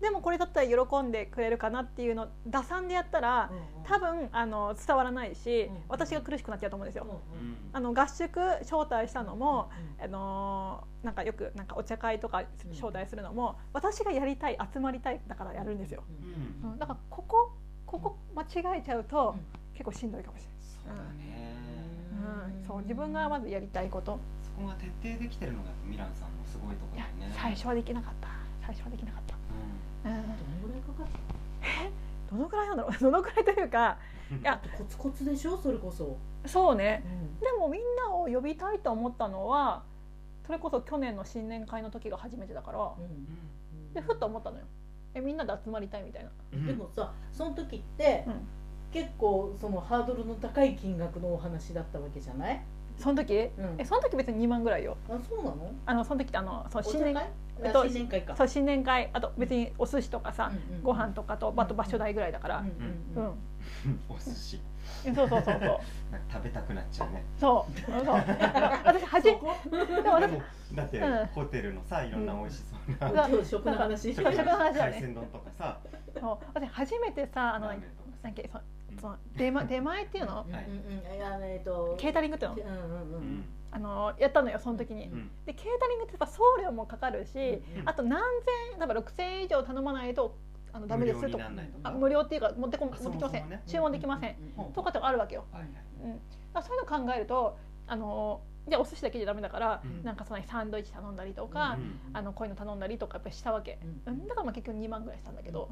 [SPEAKER 3] でもこれだったら喜んでくれるかなっていうのを打算でやったら
[SPEAKER 2] うんうん
[SPEAKER 3] 多分あの伝わらないし、
[SPEAKER 2] うん
[SPEAKER 3] 私が苦しくなっちゃうと思うんですよ。
[SPEAKER 2] うん
[SPEAKER 3] あの合宿招待したのも、
[SPEAKER 2] うん
[SPEAKER 3] あのーなんかよくなんかお茶会とか招待するのも、私がやりたい集まりたいだからやるんですよ。
[SPEAKER 1] うん
[SPEAKER 3] うんだからここここ間違えちゃうと、
[SPEAKER 2] うん
[SPEAKER 3] 結構しんどいかもし
[SPEAKER 1] そうだね
[SPEAKER 3] れない、うんそう自分がまずやりたいこと、
[SPEAKER 1] そこが徹底できてるのがミランさんのすごいところ
[SPEAKER 3] い
[SPEAKER 1] だ
[SPEAKER 3] や
[SPEAKER 1] よね
[SPEAKER 3] 最初はできなかった最初はできなかった。うん
[SPEAKER 2] どのぐらいかかった
[SPEAKER 3] どのくらいなんだろう どのくらいというかいや
[SPEAKER 2] だってコツコツでしょそれこそ、
[SPEAKER 3] そうねでもみんなを呼びたいと思ったのはそれこそ去年の新年会の時が初めてだから
[SPEAKER 2] うん
[SPEAKER 3] でふっと思ったのよえみんなで集まりたいみたいな
[SPEAKER 1] うんうん
[SPEAKER 2] でもさその時って、
[SPEAKER 3] うん
[SPEAKER 2] 結構そのハードルの高い金額のお話だったわけじゃない、
[SPEAKER 3] その時え
[SPEAKER 2] うん、あ
[SPEAKER 3] その時別に2万ぐらいよ
[SPEAKER 2] そうなの
[SPEAKER 3] あのその時ってあのそう
[SPEAKER 2] お茶
[SPEAKER 3] 新
[SPEAKER 2] 会
[SPEAKER 3] 年会えっ
[SPEAKER 2] あ
[SPEAKER 3] と
[SPEAKER 2] 新年会か
[SPEAKER 3] そう新年会あと別にお寿司とかさ、
[SPEAKER 2] うんうん
[SPEAKER 3] ご飯とかとあと場所代ぐらいだか
[SPEAKER 2] う
[SPEAKER 3] ら
[SPEAKER 2] んう
[SPEAKER 3] うん、
[SPEAKER 2] うんん
[SPEAKER 1] お寿司
[SPEAKER 3] えそうそうそう そう
[SPEAKER 1] なんか食べたくなっちゃうね
[SPEAKER 3] そうそう私初
[SPEAKER 2] そこ
[SPEAKER 3] めでも
[SPEAKER 1] で
[SPEAKER 3] 私
[SPEAKER 1] もだって
[SPEAKER 3] うん
[SPEAKER 1] ホテルのさいろんな美味しそうな
[SPEAKER 3] そう
[SPEAKER 2] 今日食の話
[SPEAKER 3] 食の話だね
[SPEAKER 1] 海鮮丼とかさ
[SPEAKER 3] そう私初めてさ
[SPEAKER 1] ラ
[SPEAKER 3] あの
[SPEAKER 1] ーメ
[SPEAKER 3] なん
[SPEAKER 1] ン
[SPEAKER 3] だ
[SPEAKER 1] とかさ
[SPEAKER 3] っけそうその出前出前っていうの
[SPEAKER 2] うん
[SPEAKER 1] はい
[SPEAKER 2] うんうんいやえっと
[SPEAKER 3] ケータリングっていうの
[SPEAKER 2] うんうんう
[SPEAKER 1] うんん
[SPEAKER 3] あのやったのよその時に
[SPEAKER 2] う
[SPEAKER 1] うんん
[SPEAKER 3] でケータリングってやっぱ送料もかかるし
[SPEAKER 1] うん
[SPEAKER 3] あと何千例えば6,000円以上頼まないとあのダメです
[SPEAKER 1] 無料
[SPEAKER 3] と
[SPEAKER 1] にな
[SPEAKER 3] か
[SPEAKER 1] んないとか
[SPEAKER 3] あ無料っていうか持ってこ
[SPEAKER 1] あ
[SPEAKER 3] 持ってきません
[SPEAKER 1] そもそもね
[SPEAKER 3] 注文できません
[SPEAKER 2] うんうんうん
[SPEAKER 3] とかとかあるわけよ
[SPEAKER 1] はいはい
[SPEAKER 3] うん、あそういうの考えるとあのじゃあお寿司だけじゃダメだから
[SPEAKER 1] うん
[SPEAKER 3] なんかそのサンドイッチ頼んだりとか、
[SPEAKER 1] うん
[SPEAKER 3] あのこういうの頼んだりとかやっぱりしたわけ、うん、だからまあ結局2万ぐらいしたんだけど、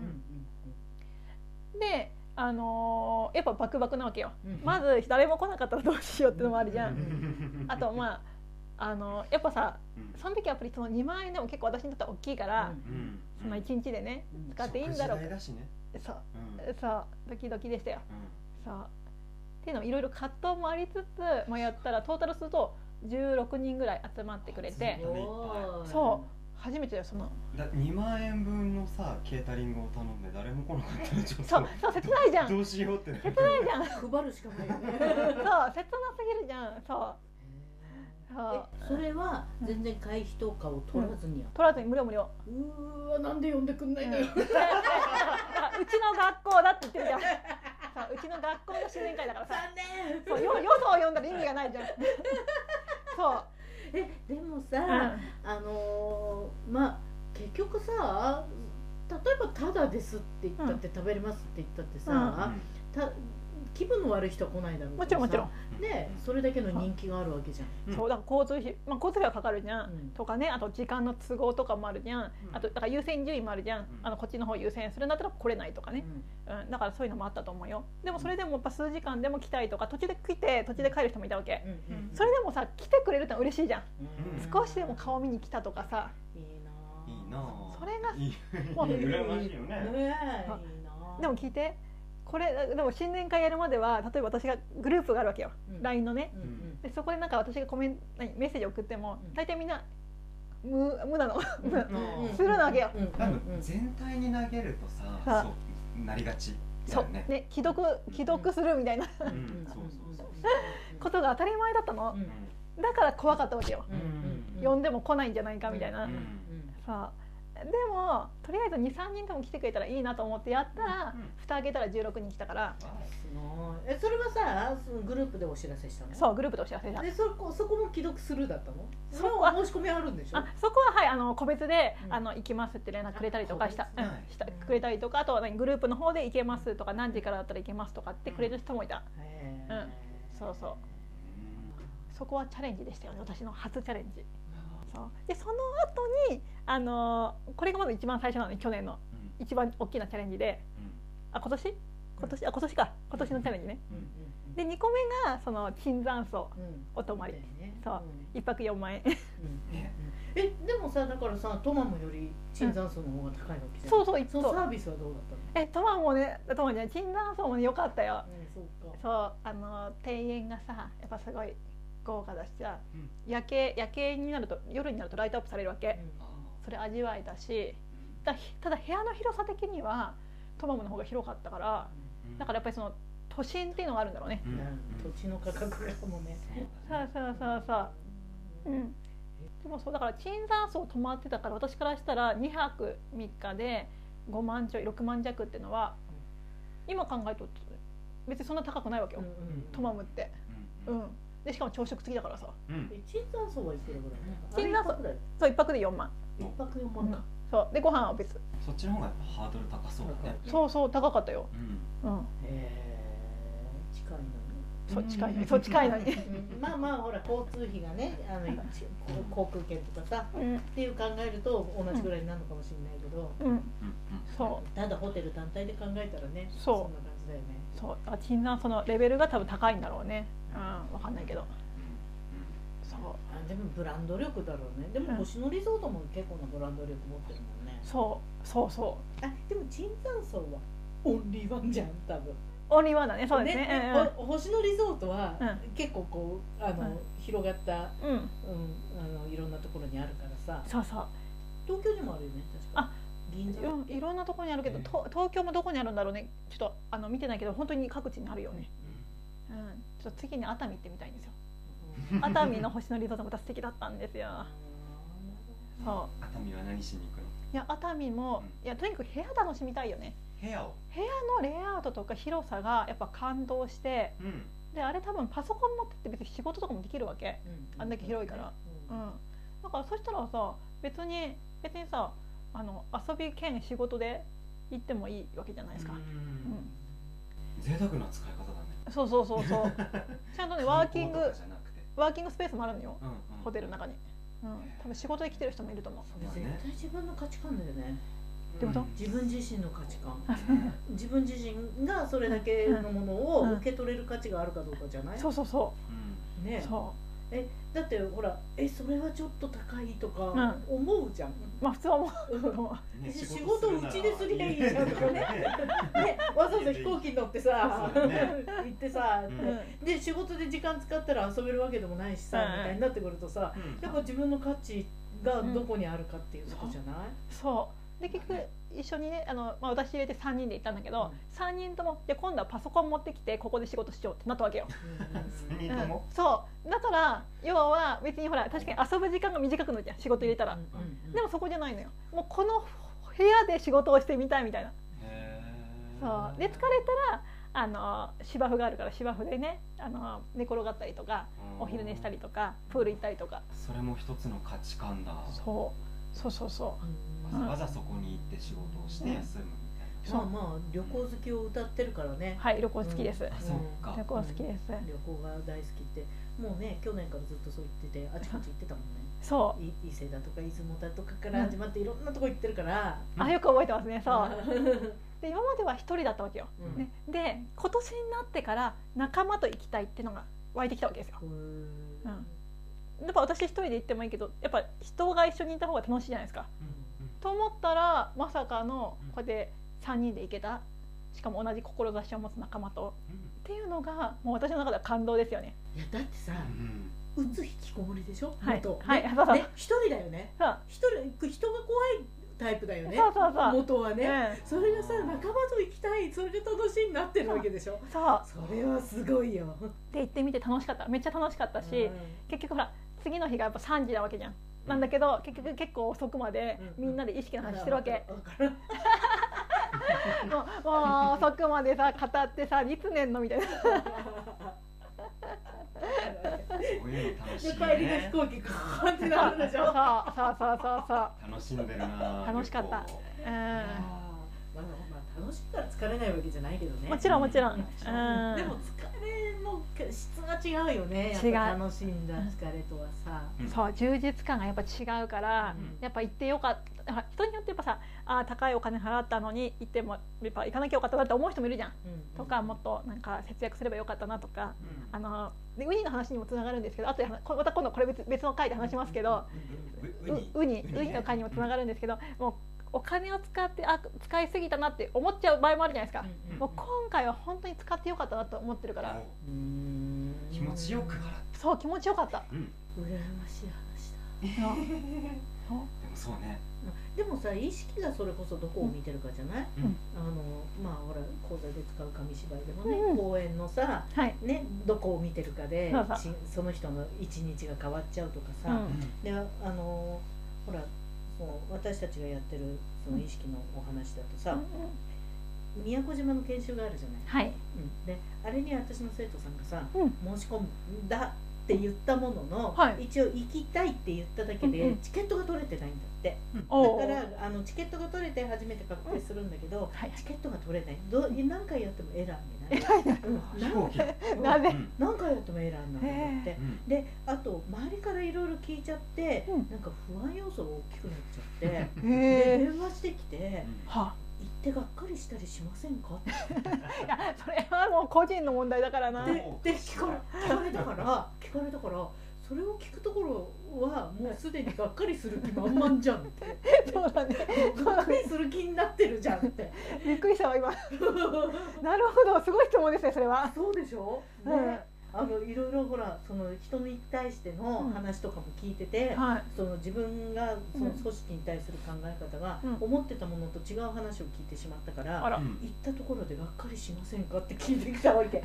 [SPEAKER 3] であのーやっぱバクバクなわけよまず誰も来なかったらどうしようってのもあるじゃ
[SPEAKER 2] う
[SPEAKER 3] ん、
[SPEAKER 2] ん
[SPEAKER 3] あとまああのやっぱさ
[SPEAKER 1] うん
[SPEAKER 3] その時やっぱりその2万円でも結構私にとっては大きいから、
[SPEAKER 2] うん
[SPEAKER 1] うん
[SPEAKER 3] その1日でね
[SPEAKER 2] うん
[SPEAKER 3] 使っていいんだろ
[SPEAKER 1] 食
[SPEAKER 3] う
[SPEAKER 1] 事代
[SPEAKER 3] か
[SPEAKER 1] だしね
[SPEAKER 3] そう
[SPEAKER 1] うんうん
[SPEAKER 3] そうドキドキでしたよそうっていうのいろいろ葛藤もありつつ、まあ、やったらトータルすると16人ぐらい集まってくれて
[SPEAKER 1] すごい
[SPEAKER 3] そ初めてだよその
[SPEAKER 1] だ2万円分のさケータリングを頼んで誰も来なかったらちょっと
[SPEAKER 3] そうそう切ないじゃ
[SPEAKER 1] ど
[SPEAKER 3] ん切
[SPEAKER 1] うしようってね
[SPEAKER 3] ないじゃんそう
[SPEAKER 2] 配るしかないよね
[SPEAKER 3] 切なすぎるじゃんそうそう
[SPEAKER 2] えそれは全然会費とかを取らずにやっ
[SPEAKER 3] 取らずに無料無料
[SPEAKER 2] うーわなんで呼んでくんないのよ
[SPEAKER 3] ううちの学校だって言ってるじゃんそううちの学校の新年会だからさ
[SPEAKER 2] 残念
[SPEAKER 3] そうよよそを読んだら意味がないじゃんそう
[SPEAKER 2] えでも
[SPEAKER 3] う
[SPEAKER 2] さ、
[SPEAKER 3] ん
[SPEAKER 2] あのーまあ結局さ例えば「ただです」って言ったって、食べれますって言ったってさ、た気分の悪い人は来ないだろう
[SPEAKER 3] もちろんもちろん
[SPEAKER 1] うん
[SPEAKER 2] ねそれだけの人気があるわけじゃん、
[SPEAKER 1] うん
[SPEAKER 3] そうだから交通費、まあ、交通費はかかるじゃん、
[SPEAKER 2] うん
[SPEAKER 3] とかねあと時間の都合とかもあるじゃん、あとだから優先順位もあるじゃん、あのこっちの方優先するんだったら来れないとかね、うん、だからそういうのもあったと思うよでもそれでもやっぱ数時間でも来たいとか途中で来て途中で帰る人もいたわけ、
[SPEAKER 2] うんうんうん
[SPEAKER 3] それでもさ来てくれるってのは嬉しいじゃん
[SPEAKER 1] うん
[SPEAKER 3] 少しでも顔見に来たとかさ
[SPEAKER 2] いいなあ
[SPEAKER 1] いいなあ
[SPEAKER 3] それが
[SPEAKER 1] いい
[SPEAKER 3] もう
[SPEAKER 1] 羨ましいよね
[SPEAKER 2] ねえいいなあ
[SPEAKER 3] でも聞いてこれでも新年会やるまでは例えば私がグループがあるわけよ、
[SPEAKER 2] うん
[SPEAKER 3] LINE のね、
[SPEAKER 2] うんうん
[SPEAKER 3] でそこでなんか私がコメン何メッセージ送っても、
[SPEAKER 2] うん
[SPEAKER 3] 大体みんな無無なの無
[SPEAKER 1] うん
[SPEAKER 2] うん
[SPEAKER 3] するなわけよ
[SPEAKER 2] うんうん
[SPEAKER 1] 多
[SPEAKER 2] う
[SPEAKER 1] 分
[SPEAKER 2] ん
[SPEAKER 1] 全体に投げると
[SPEAKER 3] さ
[SPEAKER 1] さそうなりがちだ
[SPEAKER 3] そ
[SPEAKER 1] よ
[SPEAKER 3] う
[SPEAKER 1] ね
[SPEAKER 3] ね既読既読するみたいな
[SPEAKER 1] うん
[SPEAKER 2] うん
[SPEAKER 1] そうそうそう
[SPEAKER 3] ことが当たり前だったの
[SPEAKER 2] う、ん
[SPEAKER 3] だから怖かったわけよ、
[SPEAKER 2] うんうん
[SPEAKER 3] 呼んでも来ないんじゃないかみたいな、
[SPEAKER 1] うん
[SPEAKER 3] さあでもとりあえず23人でも来てくれたらいいなと思ってやったら、
[SPEAKER 1] うん
[SPEAKER 3] 蓋開けたら16人来たから、
[SPEAKER 2] すごいえそれはさそのグループでお知らせしたの
[SPEAKER 3] そうグループとお知らせした
[SPEAKER 2] でそこそこも既読するだったの
[SPEAKER 3] そ
[SPEAKER 2] そ
[SPEAKER 3] こ
[SPEAKER 2] れ
[SPEAKER 3] は
[SPEAKER 2] は申し込みあるんでしょ
[SPEAKER 3] あそこははいあの個別で、
[SPEAKER 2] うん
[SPEAKER 3] あの行きますって連絡くれたりとかした,、
[SPEAKER 1] あ個別
[SPEAKER 3] う
[SPEAKER 1] ね
[SPEAKER 3] ん、したくれたりとかあとは何グループの方で行けますとか何時からだったら行けますとかってくれる人もいた、
[SPEAKER 2] へ
[SPEAKER 3] う
[SPEAKER 2] え
[SPEAKER 3] んそうそうそこはチャレンジでしたよね私の初チャレンジそうでその後にあのーこれがまず一番最初なのね去年の
[SPEAKER 1] うん
[SPEAKER 3] 一番大きなチャレンジであ今年今年あ今年か今年のチャレンジね
[SPEAKER 1] うん
[SPEAKER 2] うん
[SPEAKER 3] で2個目がその椿山荘
[SPEAKER 2] うん
[SPEAKER 3] お泊まり
[SPEAKER 2] そうだよね
[SPEAKER 3] そう1泊4万円
[SPEAKER 2] うんうんうん
[SPEAKER 1] ね
[SPEAKER 2] えでもさだからさトマムより椿山荘の方が高いわけじゃん
[SPEAKER 3] そうそう一
[SPEAKER 2] そのサ
[SPEAKER 3] 等
[SPEAKER 2] ービスはどうだったの
[SPEAKER 3] えトマもねトマじゃない椿山荘もね良かったよ
[SPEAKER 2] うんそうか
[SPEAKER 3] そうあのー庭園がさやっぱすごい豪華だしさ、
[SPEAKER 1] うん
[SPEAKER 3] 夜景夜景になると夜になるとライトアップされるわけ、
[SPEAKER 1] あ
[SPEAKER 3] それ味わえたしだただ部屋の広さ的にはトマムの方が広かったから
[SPEAKER 1] ー
[SPEAKER 3] だからやっぱりその都心っていうのがあるんだろうね
[SPEAKER 1] うん
[SPEAKER 2] うんうん土地の価格がもうね
[SPEAKER 1] そうだ
[SPEAKER 3] そう
[SPEAKER 1] ね
[SPEAKER 3] そうそうそううんでもそうだから椿山荘泊まってたから私からしたら2泊3日で5万ちょい6万弱っていうのは今考えると別にそんな高くないわけよ、トマムって
[SPEAKER 1] う
[SPEAKER 3] うんんでしかも朝食付きだからさ
[SPEAKER 1] うん
[SPEAKER 2] え椿山荘はいくらぐらい
[SPEAKER 3] 椿山
[SPEAKER 2] あれ一
[SPEAKER 3] 荘
[SPEAKER 2] 泊だよ
[SPEAKER 3] そう1泊で4万
[SPEAKER 2] 一泊四万か
[SPEAKER 3] そうでご飯は別
[SPEAKER 1] そっちの方がやっぱハードル高そうだね
[SPEAKER 3] そうそう高かったよ
[SPEAKER 1] うん
[SPEAKER 3] うん
[SPEAKER 2] へえ近いのに
[SPEAKER 3] そう近いのにそう近いの に
[SPEAKER 2] うんまあまあほら交通費がねあの一航空券とかさ
[SPEAKER 3] うん
[SPEAKER 2] っていう考えると同じぐらいになるのかもしれないけど、
[SPEAKER 3] うん
[SPEAKER 1] うん
[SPEAKER 3] そう
[SPEAKER 2] ただホテル単体で考えたらね
[SPEAKER 3] そうん
[SPEAKER 2] な感じだよね
[SPEAKER 3] そうあ椿山そのレベルが多分高いんだろうねうん分かんないけどそう
[SPEAKER 2] あでもブランド力だろうねで
[SPEAKER 3] うん
[SPEAKER 2] も星野リゾートも結構なブランド力持ってるもんね
[SPEAKER 3] そうそうそ
[SPEAKER 2] あでも椿山荘はオンリーワンじゃん多分
[SPEAKER 3] うオンリーワンだねそうですね
[SPEAKER 2] ほ星野リゾートは
[SPEAKER 3] うん
[SPEAKER 2] 結構こうあの、
[SPEAKER 3] うん
[SPEAKER 2] 広がった、
[SPEAKER 3] うん、うんう
[SPEAKER 2] う
[SPEAKER 3] ん、
[SPEAKER 2] ん、あのいろんなところにあるからさ
[SPEAKER 3] そうそう
[SPEAKER 2] 東京にもあるよね確か
[SPEAKER 3] あ
[SPEAKER 2] 銀座
[SPEAKER 3] うんいろんなところにあるけど
[SPEAKER 1] うん
[SPEAKER 3] と東京もどこにあるんだろうねちょっとあの見てないけど本当に各地にあるよねうんちょっと次に熱海行ってみたいんですよ熱海の星野リゾートもまた素敵だったんですよ そ
[SPEAKER 1] 熱海は何しに行くの
[SPEAKER 3] ういや熱海もいやとにかく部屋楽しみたいよね
[SPEAKER 1] 部屋を
[SPEAKER 3] 部屋のレイアウトとか広さがやっぱ感動して
[SPEAKER 1] うん
[SPEAKER 3] であれ多分パソコン持ってって別に仕事とかもできるわけあんだけ広いから、
[SPEAKER 2] う
[SPEAKER 3] うん
[SPEAKER 2] うん
[SPEAKER 3] ん、だからそしたらさ別に別にさあの遊び兼仕事で行ってもいいわけじゃないですか、
[SPEAKER 1] うん
[SPEAKER 3] うん
[SPEAKER 1] 贅沢な使い方だね
[SPEAKER 3] そうそうそうそうちゃん とねワーキング
[SPEAKER 1] 観光とかじゃなくて
[SPEAKER 3] ワーキングスペースもあるのよ
[SPEAKER 1] うんうん
[SPEAKER 3] ホテルの中に、うん、多分仕事で来てる人もいると思
[SPEAKER 2] そうれ絶対自分の価値観だよね
[SPEAKER 3] てこと
[SPEAKER 1] うん
[SPEAKER 2] 自分自身の価値観
[SPEAKER 1] うん
[SPEAKER 2] 自分自身がそれだけのものを
[SPEAKER 3] うん
[SPEAKER 2] 受け取れる価値があるかどうかじゃない、
[SPEAKER 3] そうそうそ
[SPEAKER 2] ね
[SPEAKER 3] うそ
[SPEAKER 2] だってほらえそれはちょっと高いとか
[SPEAKER 3] う
[SPEAKER 2] 思う じゃん、
[SPEAKER 3] うまあ普通はも
[SPEAKER 2] う
[SPEAKER 3] うん
[SPEAKER 1] うんね
[SPEAKER 2] 仕事をうちですりゃいいじゃん
[SPEAKER 1] 家でね
[SPEAKER 2] ね、わざわざ飛行機に乗ってさ、
[SPEAKER 1] そうだね
[SPEAKER 2] 行ってさ、
[SPEAKER 1] うん
[SPEAKER 3] うん
[SPEAKER 2] で仕事で時間使ったら遊べるわけでもないしさ、
[SPEAKER 3] うん
[SPEAKER 2] みたいになってくるとさ
[SPEAKER 1] うん
[SPEAKER 2] やっぱ自分の価値がどこにあるかっていうことじゃない、
[SPEAKER 3] そうで結局一緒にねあの、まあ、私入れて3人で行ったんだけ
[SPEAKER 2] う
[SPEAKER 3] ど、
[SPEAKER 2] ん
[SPEAKER 3] 三3人とも「じゃあ今度はパソコン持ってきてここで仕事しよう」ってなったわけよ。
[SPEAKER 2] うん
[SPEAKER 1] 三人とも
[SPEAKER 3] そうだから要は別にほら確かに遊ぶ時間が短くなるじゃん仕事入れたら、
[SPEAKER 2] うんうん
[SPEAKER 3] でもそこじゃないのよもうこの部屋で仕事をしてみたいみたいな
[SPEAKER 1] へー
[SPEAKER 3] そうで疲れたらあの芝生があるから芝生でねあの寝転がったりとかお昼寝したりとかプール行ったりとか
[SPEAKER 1] それも一つの価値観だ
[SPEAKER 3] そうそうそうそ
[SPEAKER 2] うん
[SPEAKER 1] わざわざそこに行って仕事をして休むみたいな
[SPEAKER 2] まあまあ旅行好きを歌ってるから
[SPEAKER 3] う
[SPEAKER 2] ね、
[SPEAKER 3] はい旅行好きです、
[SPEAKER 2] うん
[SPEAKER 1] あそっか
[SPEAKER 3] 旅行好きです、
[SPEAKER 2] 旅行が大好きってもうね去年からずっとそう言っててあちこち行ってたもんね
[SPEAKER 3] そ
[SPEAKER 2] い伊勢だとか出雲だとかから始まっていろんなとこ行ってるから、
[SPEAKER 3] うあよく覚えてますねそう
[SPEAKER 2] う
[SPEAKER 3] で今までは一人だったわけよ、
[SPEAKER 2] ん
[SPEAKER 3] ね、で今年になってから仲間と行きたいってのが湧いてきたわけですよ
[SPEAKER 2] うん
[SPEAKER 3] うんやっぱ私一人で行ってもいいけどやっぱ人が一緒にいた方が楽しいじゃないですか。
[SPEAKER 1] うん
[SPEAKER 3] と思ったらまさかの
[SPEAKER 1] うん
[SPEAKER 3] こうやって3人で行けたしかも同じ志を持つ仲間とっていうのがもう私の中では感動ですよね。
[SPEAKER 2] いやだってさ
[SPEAKER 1] うん
[SPEAKER 2] うつ引きこもりでしょ
[SPEAKER 3] はい、
[SPEAKER 2] 元
[SPEAKER 3] はい、
[SPEAKER 2] ね
[SPEAKER 3] そうそう
[SPEAKER 2] ね一人だよね
[SPEAKER 3] そう
[SPEAKER 2] 一人人が怖いタイプだよね
[SPEAKER 3] そうそうそう
[SPEAKER 2] 元はね
[SPEAKER 3] う
[SPEAKER 2] それがさ仲間と行きたいそれが楽しいになってるわけでしょ
[SPEAKER 3] ん、そう
[SPEAKER 2] それはすごいよ
[SPEAKER 3] で行ってみて楽しかっためっちゃ楽しかったし、
[SPEAKER 2] う
[SPEAKER 3] 結局ほら次の日がやっぱ3時なわけじゃん。なんだけど結局結構遅くまで
[SPEAKER 2] うん
[SPEAKER 3] みんなで意識の話してるわけ、
[SPEAKER 2] わかる
[SPEAKER 3] もうもう遅くまでさ語ってさいつねんのみたいな
[SPEAKER 2] わか
[SPEAKER 1] そうい
[SPEAKER 2] る
[SPEAKER 1] うの楽し
[SPEAKER 2] で
[SPEAKER 1] い
[SPEAKER 2] 帰りの飛
[SPEAKER 1] ね
[SPEAKER 2] 行機こうやってなるでしょ
[SPEAKER 3] そうそうそうそうそう
[SPEAKER 1] 楽しんでるな
[SPEAKER 3] 楽しかった
[SPEAKER 1] 旅行
[SPEAKER 3] うん
[SPEAKER 2] あーまあ、まあ、楽しいから疲れないわけじゃないけどね。
[SPEAKER 3] もちろんもちろん、
[SPEAKER 1] う
[SPEAKER 3] う
[SPEAKER 2] で
[SPEAKER 3] んん、
[SPEAKER 2] も疲れの質が違うよね。
[SPEAKER 3] 違う
[SPEAKER 2] やっぱ楽しんだ疲れとはさ。
[SPEAKER 3] そう充実感がやっぱ違うから、
[SPEAKER 1] うん
[SPEAKER 3] やっぱ行ってよかったほら人によってやっぱさあー高いお金払ったのに行ってもやっぱ行かなきゃよかったなって思う人もいるじゃん、
[SPEAKER 2] うん
[SPEAKER 3] とかもっとなんか節約すればよかったなとか
[SPEAKER 1] うん
[SPEAKER 3] あのでウニの話にもつながるんですけどあとで話こまた今度これ別別の回で話しますけど、
[SPEAKER 1] うん
[SPEAKER 3] う
[SPEAKER 1] ウ
[SPEAKER 3] ウ
[SPEAKER 1] ニ
[SPEAKER 3] ニウニの回にもつながるんですけど、もうお金を使ってあ使いすぎたなって思っちゃう場合もあるじゃないですか、
[SPEAKER 2] うん
[SPEAKER 3] もう今回は本当に使ってよかったなと思ってるから、
[SPEAKER 1] お
[SPEAKER 2] うん
[SPEAKER 1] 気持ちよく払っ
[SPEAKER 3] そう気持ちよかった
[SPEAKER 1] たうん
[SPEAKER 2] 羨ましい話だ。
[SPEAKER 1] でもそうね
[SPEAKER 2] でもさ意識がそれこそどこを見てるかじゃない、
[SPEAKER 1] うん
[SPEAKER 2] あのまあほら講座で使う紙芝居でもね、
[SPEAKER 3] うん
[SPEAKER 2] 公演のさ、
[SPEAKER 3] はい
[SPEAKER 2] ね、どこを見てるかで
[SPEAKER 3] そうそう
[SPEAKER 2] ちその人の一日が変わっちゃうとかさ、
[SPEAKER 3] うん
[SPEAKER 2] であのほらその私たちがやってるその意識のお話だとさ、宮古島の研修があるじゃない、
[SPEAKER 3] はい
[SPEAKER 2] うん、であれに私の生徒さんがさ、
[SPEAKER 3] う
[SPEAKER 2] 申し込んだって言ったものの、
[SPEAKER 3] はい
[SPEAKER 2] 一応行きたいって言っただけで、
[SPEAKER 3] うんうん
[SPEAKER 2] チケットが取れてないんだってだ
[SPEAKER 3] おー
[SPEAKER 2] からあのチケットが取れて初めて確定するんだけど、
[SPEAKER 3] はい
[SPEAKER 2] チケットが取れないどう何回やってもエラーになる、うん
[SPEAKER 1] 飛行機
[SPEAKER 2] うん
[SPEAKER 3] なぜ
[SPEAKER 2] 何回やってもエラーになるんだって
[SPEAKER 1] う。ん
[SPEAKER 2] であと周りからいろいろ聞いちゃって、
[SPEAKER 3] うん
[SPEAKER 2] なんか不安要素が大きくなっちゃってで
[SPEAKER 3] へえ
[SPEAKER 2] 電話してきて
[SPEAKER 3] は
[SPEAKER 2] 「行ってがっかりしたりしませんか?」って
[SPEAKER 3] いやそれはもう個人の問題だからな
[SPEAKER 1] うん
[SPEAKER 2] でで聞かれ聞かれたから聞かれたからそれを聞くところはもうすでにがっかりする気満々じゃんって
[SPEAKER 3] そうだね
[SPEAKER 2] がっかりする気になってるじゃんって
[SPEAKER 3] びっくりしたわ今なるほどすごい質問ですねそれは
[SPEAKER 2] そうでしょ、ね
[SPEAKER 3] うん
[SPEAKER 2] あのいろいろほらその人に対しての話とかも聞いてて、
[SPEAKER 3] はい
[SPEAKER 2] その自分がその
[SPEAKER 3] うん
[SPEAKER 2] 組織に対する考え方が
[SPEAKER 3] うん
[SPEAKER 2] 思ってたものと違う話を聞いてしまったから、
[SPEAKER 3] あら
[SPEAKER 1] うん
[SPEAKER 2] 行ったところでがっかりしませんかって聞いてきたわけ、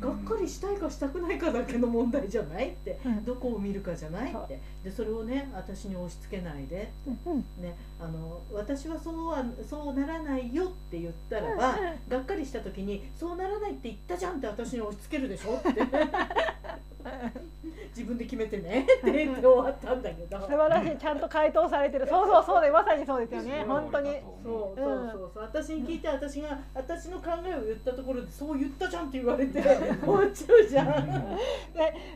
[SPEAKER 2] がっかりしたいかしたくないかだけの問題じゃないって、
[SPEAKER 3] うん
[SPEAKER 2] どこを見るかじゃない
[SPEAKER 3] そう
[SPEAKER 2] ってでそれをね私に押し付けないで、
[SPEAKER 3] うん
[SPEAKER 2] ね、あの私はそうはそうならないよって言ったらば、がっかりした 時に「そうならないって言ったじゃん」って私に押し付けるでしょって
[SPEAKER 3] うん
[SPEAKER 2] 自分で決めて ねって言って終わったんだけど
[SPEAKER 3] 素晴らしいちゃんと回答されてるそうそうそうでまさにそうですよね本当に
[SPEAKER 2] そううんそうそうそう私に聞いて私が私の考えを言ったところでそう言ったじゃんって言われて終わっちゃうじゃん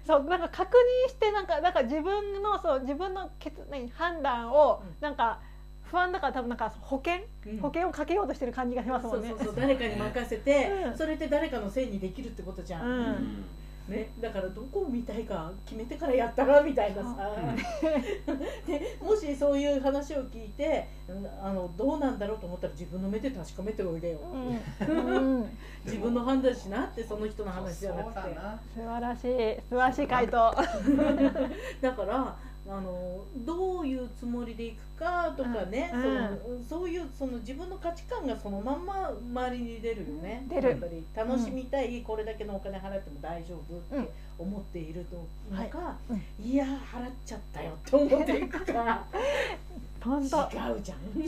[SPEAKER 3] そうなんか確認してなんかなんか自分のそう自分の決何判断を
[SPEAKER 2] うん
[SPEAKER 3] なんか不安だから多分なんか保険保険をかけようとしてる感じがしますも
[SPEAKER 2] そ
[SPEAKER 3] ん
[SPEAKER 2] う
[SPEAKER 3] ね
[SPEAKER 2] そう。そう誰かに任せて
[SPEAKER 3] うん
[SPEAKER 2] それで誰かのせいにできるってことじゃ
[SPEAKER 3] うんん
[SPEAKER 2] ねだからどこを見たいか決めてからやったらみたいなさで もしそういう話を聞いてうんあのどうなんだろうと思ったら自分の目で確かめておいでよ
[SPEAKER 3] うんうん
[SPEAKER 2] 自分の判断しなってその人の話じゃな
[SPEAKER 1] そう
[SPEAKER 2] く
[SPEAKER 1] だ
[SPEAKER 2] て
[SPEAKER 1] な
[SPEAKER 3] 素晴らしい素晴らしい回答。
[SPEAKER 2] だからあのどういうつもりでいくかとかね、
[SPEAKER 3] うん
[SPEAKER 2] そのそういうその自分の価値観がそのまんま周りに出るよね
[SPEAKER 3] 出る
[SPEAKER 2] やっぱり楽しみたい、これだけのお金払っても大丈夫って思っているのか、
[SPEAKER 3] い
[SPEAKER 2] いや払っちゃったよって思っていくか違
[SPEAKER 3] 本
[SPEAKER 2] う
[SPEAKER 3] 当
[SPEAKER 2] じゃん。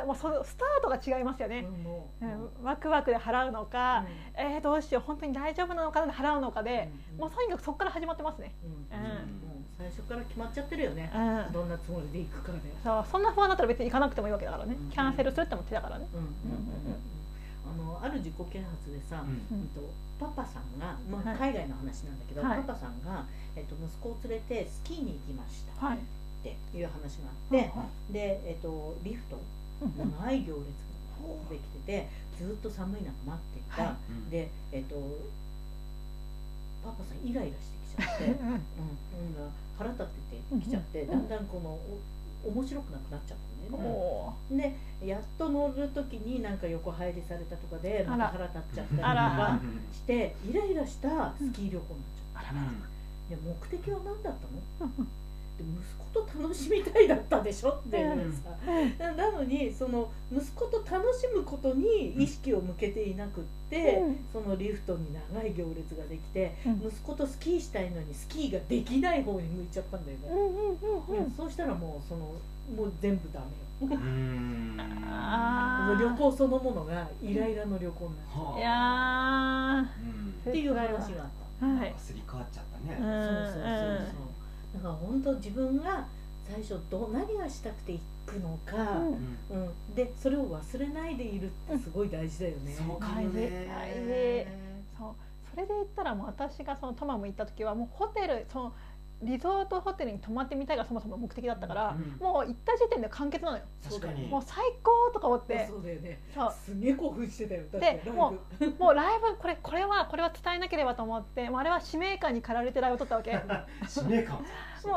[SPEAKER 3] 違うもうそのスタートが違いますよね。
[SPEAKER 2] うんもう
[SPEAKER 3] う
[SPEAKER 2] うん
[SPEAKER 3] んワクワクで払うのか、えー、どうしよう本当に大丈夫なのかなで払うのかで、
[SPEAKER 2] うん
[SPEAKER 3] もうとにかくそこから始まってますね。
[SPEAKER 2] うん
[SPEAKER 3] う
[SPEAKER 1] うん
[SPEAKER 3] ん
[SPEAKER 2] もう最初から決まっちゃってるよね、
[SPEAKER 3] うん
[SPEAKER 2] どんなつもりでいくかで、
[SPEAKER 3] そうそんな不安だったら別に行かなくてもいいわけだからね
[SPEAKER 2] うん
[SPEAKER 3] キャンセルするっても手だからね。
[SPEAKER 2] うんうんうんうんあのある自己啓発でさ、
[SPEAKER 1] うん
[SPEAKER 2] うんとパパさんが、ま
[SPEAKER 3] は
[SPEAKER 2] あ、
[SPEAKER 3] い
[SPEAKER 2] 海外の話なんだけど、
[SPEAKER 3] はい
[SPEAKER 2] パパさんが、えっと、息子を連れてスキーに行きましたっ
[SPEAKER 3] はい。
[SPEAKER 2] ていう話があって、で、えっと、リフト
[SPEAKER 3] うんうん
[SPEAKER 2] 長い行列ができててずっと寒い中待っていた、
[SPEAKER 3] は
[SPEAKER 1] うん
[SPEAKER 2] で、えっと、パパさんイライラしてきちゃって、うん、うん腹立っててきちゃって
[SPEAKER 3] うん
[SPEAKER 2] だんだんこのお面白くなくなっちゃったんだよね。
[SPEAKER 3] お
[SPEAKER 2] でやっと乗る時になんか横入りされたとかでま
[SPEAKER 3] あら
[SPEAKER 2] た腹立っちゃったりと
[SPEAKER 3] あら
[SPEAKER 2] か
[SPEAKER 1] うん
[SPEAKER 2] してイライラしたスキー旅行になっちゃ
[SPEAKER 1] う
[SPEAKER 2] っ
[SPEAKER 1] ん
[SPEAKER 2] た、で目的は何だったので息子と楽しみたいだったでしょっていうさ、ななのにその息子と楽しむことに意識を向けていなくって、
[SPEAKER 3] うん
[SPEAKER 2] そのリフトに長い行列ができて、
[SPEAKER 3] うん
[SPEAKER 2] 息子とスキーしたいのにスキーができない方に向いちゃったんだよ
[SPEAKER 3] う
[SPEAKER 2] ね、
[SPEAKER 3] んうんうんうん。
[SPEAKER 2] そうしたらもうそのもう全部ダメよ
[SPEAKER 1] うん
[SPEAKER 3] あ
[SPEAKER 2] もう旅行そのものがイライラの旅行になっちゃう
[SPEAKER 1] はあ
[SPEAKER 3] いや
[SPEAKER 1] うん
[SPEAKER 3] ー
[SPEAKER 2] っていう話があった、
[SPEAKER 3] はい。
[SPEAKER 1] すり替わっちゃった
[SPEAKER 3] う
[SPEAKER 1] ね
[SPEAKER 3] んう
[SPEAKER 2] そうそうそうそうんだから本当自分が最初どう何がしたくて行くのか、
[SPEAKER 3] う
[SPEAKER 2] うんん
[SPEAKER 1] うん
[SPEAKER 2] でそれを忘れないでいるってすごい大事だよね、
[SPEAKER 1] そうかもね
[SPEAKER 3] 大事そうそれで言ったらもう私がそのトマム行った時はもうホテルそのリゾートホテルに泊まってみたいがそもそも目的だったから、
[SPEAKER 1] うん
[SPEAKER 3] もう行った時点で完結なのよ、
[SPEAKER 1] 確かに
[SPEAKER 3] もう最高とか思って
[SPEAKER 2] そうだよね
[SPEAKER 3] そう
[SPEAKER 2] すげえ興奮してたよだって
[SPEAKER 3] で
[SPEAKER 2] ライブ
[SPEAKER 3] ももうライブこれこれはこれは伝えなければと思ってもうあれは使命感に駆られてライブを撮ったわけもう
[SPEAKER 1] 使命感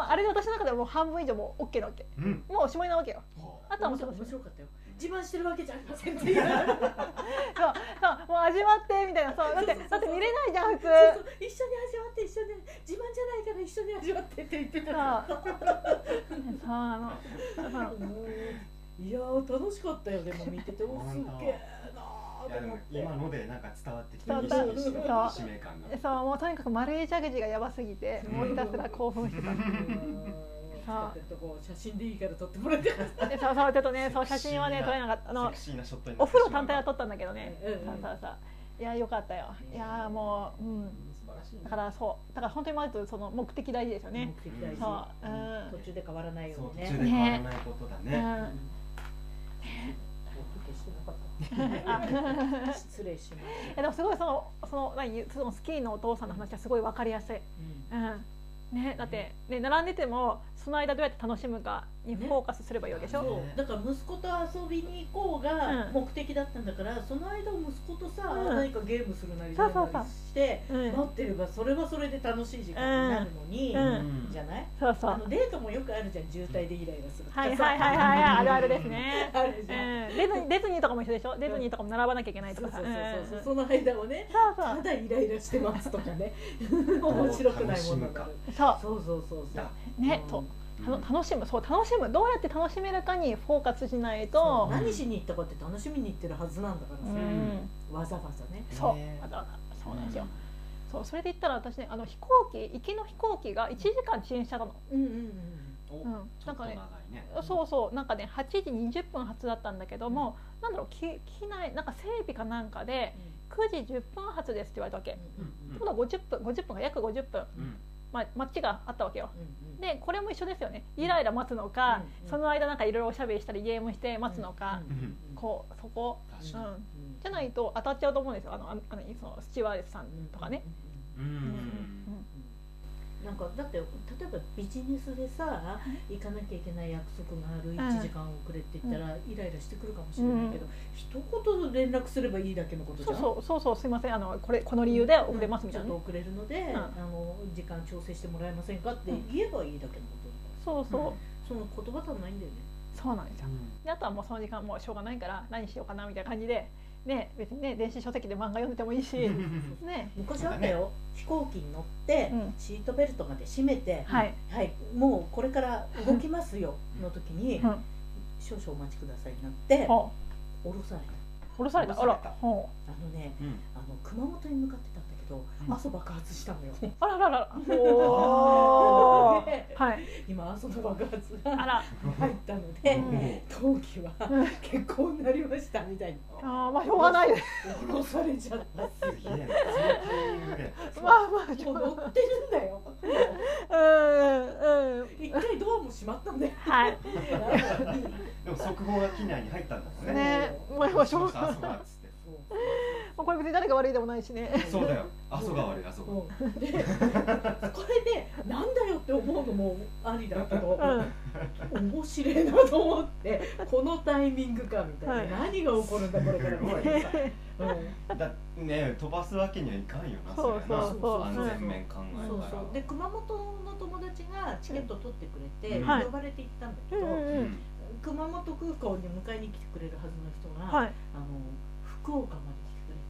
[SPEAKER 3] あれで私の中ではもう半分以上もう OK なわけ
[SPEAKER 1] うん
[SPEAKER 3] もうおしまいなわけよ
[SPEAKER 1] は
[SPEAKER 3] あとはも
[SPEAKER 2] 面
[SPEAKER 3] うそ
[SPEAKER 2] 白面白
[SPEAKER 3] うそうそう
[SPEAKER 2] かったよ自慢してるわけじゃありませんって 言うそう
[SPEAKER 3] もう味わってみたいなそうだって
[SPEAKER 2] そうそうそう
[SPEAKER 3] だって見れないじゃん普通
[SPEAKER 2] そう一緒に味わって一緒に自慢じゃないから一緒に味わってって言ってたから
[SPEAKER 3] そうそうあのそう
[SPEAKER 2] うんいやー楽しかったよでも見ててもすっげえなー
[SPEAKER 1] あいや
[SPEAKER 2] と
[SPEAKER 1] で
[SPEAKER 2] 思
[SPEAKER 1] も
[SPEAKER 2] って
[SPEAKER 1] 今のでなんか伝わってきた
[SPEAKER 3] 伝
[SPEAKER 1] 意
[SPEAKER 3] わ
[SPEAKER 2] っ
[SPEAKER 1] 識
[SPEAKER 2] た
[SPEAKER 1] し
[SPEAKER 3] そう
[SPEAKER 1] た使命感が
[SPEAKER 3] そうもうとにかく丸い蛇口がやばすぎてもうひたすら興奮してた。
[SPEAKER 2] うん使ってるとこ写真でいいから撮ってもらってください
[SPEAKER 3] でそうそうちょっとねそう写真はね撮れなかったあの
[SPEAKER 1] セクシーなショットにな
[SPEAKER 3] お
[SPEAKER 1] ってし
[SPEAKER 3] 風
[SPEAKER 1] まう
[SPEAKER 3] 呂単体は撮ったんだけど ね。
[SPEAKER 2] うん
[SPEAKER 3] そうそうそういや良かったよ。いやもううん
[SPEAKER 1] 素晴らしいね
[SPEAKER 3] だからそうだから本当にまずその目的大事ですよね。
[SPEAKER 2] 目的大事
[SPEAKER 3] そううん
[SPEAKER 2] 途中で変わらない
[SPEAKER 1] そう
[SPEAKER 2] ように
[SPEAKER 1] 途
[SPEAKER 2] ね
[SPEAKER 1] 中で変わらないことだ
[SPEAKER 3] う
[SPEAKER 1] ね
[SPEAKER 2] うん
[SPEAKER 3] ん
[SPEAKER 2] 音消してなかっ
[SPEAKER 3] あ
[SPEAKER 2] た失礼しまし
[SPEAKER 3] えでもすごいそのその何そのスキーのお父さんの話がすごいわかりやすい。うんねだってね並んでてもその間どうやって楽しむかにフォーカスすればいいわけでしたょ。
[SPEAKER 1] ね
[SPEAKER 2] そうだから息子と遊びに行こうが
[SPEAKER 3] うん
[SPEAKER 2] 目的だったんだからその間息子とさ
[SPEAKER 3] うん
[SPEAKER 2] 何かゲームするなり
[SPEAKER 3] そ
[SPEAKER 2] な
[SPEAKER 3] うそうそうん
[SPEAKER 2] なりして
[SPEAKER 3] うん
[SPEAKER 2] 待ってればそれはそれで楽しい時間になるのに
[SPEAKER 3] うん
[SPEAKER 2] じゃない
[SPEAKER 3] そうそ
[SPEAKER 2] あ
[SPEAKER 3] う
[SPEAKER 2] の。デートもよくあるじゃん渋滞でイライラするとか
[SPEAKER 3] はい
[SPEAKER 2] さ
[SPEAKER 3] はいはいはいあるあるですね。
[SPEAKER 2] ある
[SPEAKER 3] うん
[SPEAKER 2] じゃん、
[SPEAKER 3] ディズニーディズニーとかも一緒でしょディズニーとかも並ばなきゃいけないと
[SPEAKER 2] そう
[SPEAKER 3] か
[SPEAKER 2] そ
[SPEAKER 3] さ
[SPEAKER 2] うそうそううんその間をね
[SPEAKER 3] そう
[SPEAKER 2] ただイライラしてますとか ね面白くないものになる
[SPEAKER 3] そう
[SPEAKER 2] そうそうそうそう
[SPEAKER 3] そうね
[SPEAKER 2] うん
[SPEAKER 3] と
[SPEAKER 1] うん
[SPEAKER 3] たの楽しむそう楽しむどうやって楽しめるかにフォーカスしない
[SPEAKER 2] そう
[SPEAKER 3] と
[SPEAKER 2] 何しに行ったかって楽しみに行ってるはずなんだから
[SPEAKER 3] う
[SPEAKER 2] さ、
[SPEAKER 3] ん
[SPEAKER 2] わざわざね
[SPEAKER 3] そう
[SPEAKER 1] ね
[SPEAKER 3] あとそうなんですよそうそれで言ったら私ねあの飛行機行きの飛行機が1時間遅延しちゃったの
[SPEAKER 2] うんうんうん
[SPEAKER 1] お
[SPEAKER 3] うん
[SPEAKER 1] ち
[SPEAKER 3] な
[SPEAKER 1] ょ
[SPEAKER 3] ん
[SPEAKER 1] っと
[SPEAKER 3] か
[SPEAKER 1] 長い
[SPEAKER 3] ね
[SPEAKER 1] ね
[SPEAKER 3] そうそうなんかね8時20分発だったんだけどもなんだろう機機内なんか整備かなんかで9時10分発ですって言われたわけってことは50分50分か約50分
[SPEAKER 1] うん
[SPEAKER 3] まあ、マッチがあったわけよ。
[SPEAKER 2] うん
[SPEAKER 3] でこれも一緒ですよねイライラ待つのか、
[SPEAKER 2] うん
[SPEAKER 3] その間なんかいろいろおしゃべりしたりゲームして待つのか、
[SPEAKER 2] うんうん
[SPEAKER 3] こうそこ、
[SPEAKER 1] 確
[SPEAKER 3] う
[SPEAKER 1] か
[SPEAKER 3] ん、じゃないと当たっちゃうと思うんですよあのあのあのそのスチュワーデスさんとかね。
[SPEAKER 1] にうん
[SPEAKER 3] うん
[SPEAKER 2] うんなんかだって例えばビジネスでさ行かなきゃいけない約束がある1時間遅れって言ったらイライラしてくるかもしれないけど、一言連絡すればいいだけのことじゃ
[SPEAKER 3] そ
[SPEAKER 2] ん
[SPEAKER 3] うそうそうそうすいませんあのこれこの理由で遅れますみたいな、
[SPEAKER 2] ちょっと遅れるので、
[SPEAKER 3] ん
[SPEAKER 2] あの時間調整してもらえませんかって言えばいいだけのことだから
[SPEAKER 3] そうそう、
[SPEAKER 2] その言葉足んないんだよね
[SPEAKER 3] そうなんですよ
[SPEAKER 1] う。ん
[SPEAKER 3] であとはもうその時間もうしょうがないから何しようかなみたいな感じでね別にね電子書籍で漫画読んでてもいいしね
[SPEAKER 2] 昔あったよ、飛行機に乗って、
[SPEAKER 3] うん
[SPEAKER 2] シートベルトまで締めて、
[SPEAKER 3] はい、
[SPEAKER 2] はい、もうこれから動きますよの時に、
[SPEAKER 3] うん
[SPEAKER 2] 少々お待ちくださいになって
[SPEAKER 3] お
[SPEAKER 2] 降ろされた
[SPEAKER 3] 降ろされたあ
[SPEAKER 1] 降ろされ
[SPEAKER 3] ら
[SPEAKER 1] た
[SPEAKER 3] お
[SPEAKER 2] あのね
[SPEAKER 1] うん
[SPEAKER 2] あの熊本に向かってたんだけど、
[SPEAKER 1] うん
[SPEAKER 2] 阿蘇爆発した のよ
[SPEAKER 3] あららららおー
[SPEAKER 2] で
[SPEAKER 3] はい
[SPEAKER 2] 今阿蘇の爆発
[SPEAKER 3] あ
[SPEAKER 2] が
[SPEAKER 3] ら
[SPEAKER 2] 入ったので
[SPEAKER 3] うん
[SPEAKER 2] 陶器は
[SPEAKER 3] うん
[SPEAKER 2] 結婚になりましたみたい
[SPEAKER 3] あーまあしょうがないです
[SPEAKER 2] な降ろされちゃった
[SPEAKER 1] すげえなそのタイミングで
[SPEAKER 3] まあまあし
[SPEAKER 2] も
[SPEAKER 3] ょ
[SPEAKER 2] う
[SPEAKER 3] うがない
[SPEAKER 2] 乗ってるんだよ
[SPEAKER 3] うんうん
[SPEAKER 2] 一回ドアも閉まったん だよ
[SPEAKER 3] はい
[SPEAKER 1] でも速報が機内に入ったんだもんね
[SPEAKER 3] ねまあまあしょうが
[SPEAKER 1] あ
[SPEAKER 3] ない
[SPEAKER 1] そうだっつって
[SPEAKER 3] まあこれ別に誰が悪いでもないしね
[SPEAKER 1] そうだよあそうが悪いあそうが
[SPEAKER 2] うんでこれねなんだよって思うのもありだけ
[SPEAKER 3] う
[SPEAKER 2] ど
[SPEAKER 3] んは
[SPEAKER 2] 面白いなと思ってこのタイミングかみたいな、何が起こるんだこれから みたいなさ、うん
[SPEAKER 1] だね飛ばすわけにはいかんよな
[SPEAKER 3] そう
[SPEAKER 1] れな
[SPEAKER 3] そうそう
[SPEAKER 1] 安全面考え
[SPEAKER 2] そう
[SPEAKER 1] たら
[SPEAKER 2] そうで熊本の友達がチケット取ってくれて、
[SPEAKER 1] はい
[SPEAKER 2] 呼ばれて行ったんだけ
[SPEAKER 3] う
[SPEAKER 2] ど、
[SPEAKER 3] んうんうん
[SPEAKER 2] 熊本空港に迎えに来てくれるはずの人が、
[SPEAKER 3] はい
[SPEAKER 2] あの福岡ま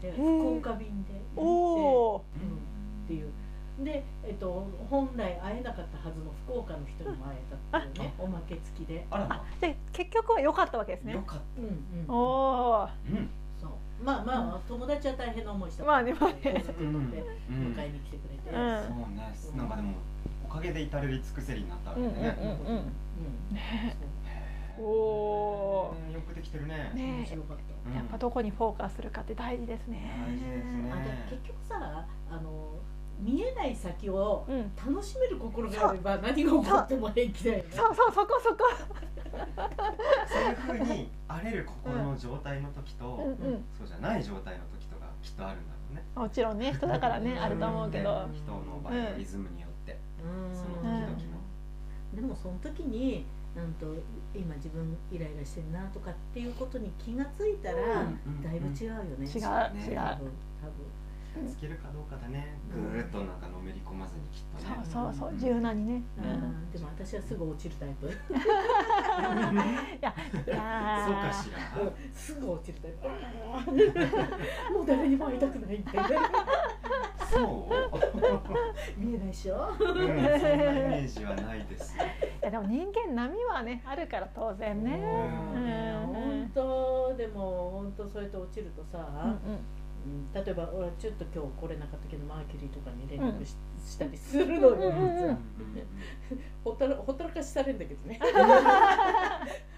[SPEAKER 2] で来てくれて
[SPEAKER 3] へー
[SPEAKER 2] 福岡便で
[SPEAKER 3] お
[SPEAKER 2] 行
[SPEAKER 3] お
[SPEAKER 2] って、うんっていう。で、えっと、本来会えなかったはずの福岡の人にも会えたっていうね、おまけ付きで。
[SPEAKER 1] あら
[SPEAKER 3] あ
[SPEAKER 1] ま
[SPEAKER 3] じゃあ結局は良かったわけです
[SPEAKER 1] よ
[SPEAKER 3] ね
[SPEAKER 1] かっ
[SPEAKER 2] うんうん、
[SPEAKER 3] おお
[SPEAKER 1] たうん
[SPEAKER 2] そうまあまあ友達は大変な思いした
[SPEAKER 3] まあねまあね
[SPEAKER 2] 交差点乗って
[SPEAKER 1] うん
[SPEAKER 2] 迎えに来てくれて、
[SPEAKER 3] う
[SPEAKER 2] うん
[SPEAKER 3] ん
[SPEAKER 1] そうねなんかでもおかげで至れり尽くせりになったわけ
[SPEAKER 3] うんうん
[SPEAKER 1] ね
[SPEAKER 3] おお
[SPEAKER 1] うんよくできてるね
[SPEAKER 3] ね
[SPEAKER 2] そう面白かった。
[SPEAKER 1] うん
[SPEAKER 3] やっぱどこにフォーカスするかって大事ですね。
[SPEAKER 1] 大事ですね
[SPEAKER 2] あでも結局さあの見えない先を
[SPEAKER 3] うん。
[SPEAKER 2] 楽しめる心があれば何が起こっても平気だよね。
[SPEAKER 3] そうそうそこそこ。
[SPEAKER 1] そういうふうに荒れる心の状態の時と、
[SPEAKER 3] うんうん。
[SPEAKER 1] そうじゃない状態の時とかきっとあるんだろうね
[SPEAKER 3] もちろんね人だからねあると思うけど。
[SPEAKER 1] 人のバイオリズムによって、
[SPEAKER 2] うん
[SPEAKER 1] その時々の、
[SPEAKER 2] でもその時になんと今自分イライラしてるなとかっていうことに気がついたら、
[SPEAKER 1] うん
[SPEAKER 2] だいぶ違うよね。
[SPEAKER 3] 違う違
[SPEAKER 2] 多分
[SPEAKER 3] う。
[SPEAKER 2] 多
[SPEAKER 1] つけるかどうかだねぐーっとなんかのめり込まずにきっと
[SPEAKER 3] そ
[SPEAKER 1] ね
[SPEAKER 3] うそうそう柔軟にね。う
[SPEAKER 2] 分。
[SPEAKER 3] ん。
[SPEAKER 2] うんでも私はすぐ落ちるタイプ。
[SPEAKER 3] いやいや
[SPEAKER 1] そうか
[SPEAKER 3] ー。
[SPEAKER 1] しら
[SPEAKER 2] うんすぐ落ちるタイプ。もう誰にも会いたくないみたいな。
[SPEAKER 1] そう、
[SPEAKER 2] 見えないでしょ。
[SPEAKER 1] うん、そんなイメージはないです
[SPEAKER 3] いやでも人間波はねあるから当然ね。
[SPEAKER 1] うん
[SPEAKER 2] 本当でも本当そうやって落ちるとさ、
[SPEAKER 3] うんうん。
[SPEAKER 2] うん例えば俺はちょっと今日来れなかったけどマーキュリーとかに連絡し,、たりするのよ、
[SPEAKER 3] うんうんうん
[SPEAKER 2] ほったらほったらかしされるんだけどね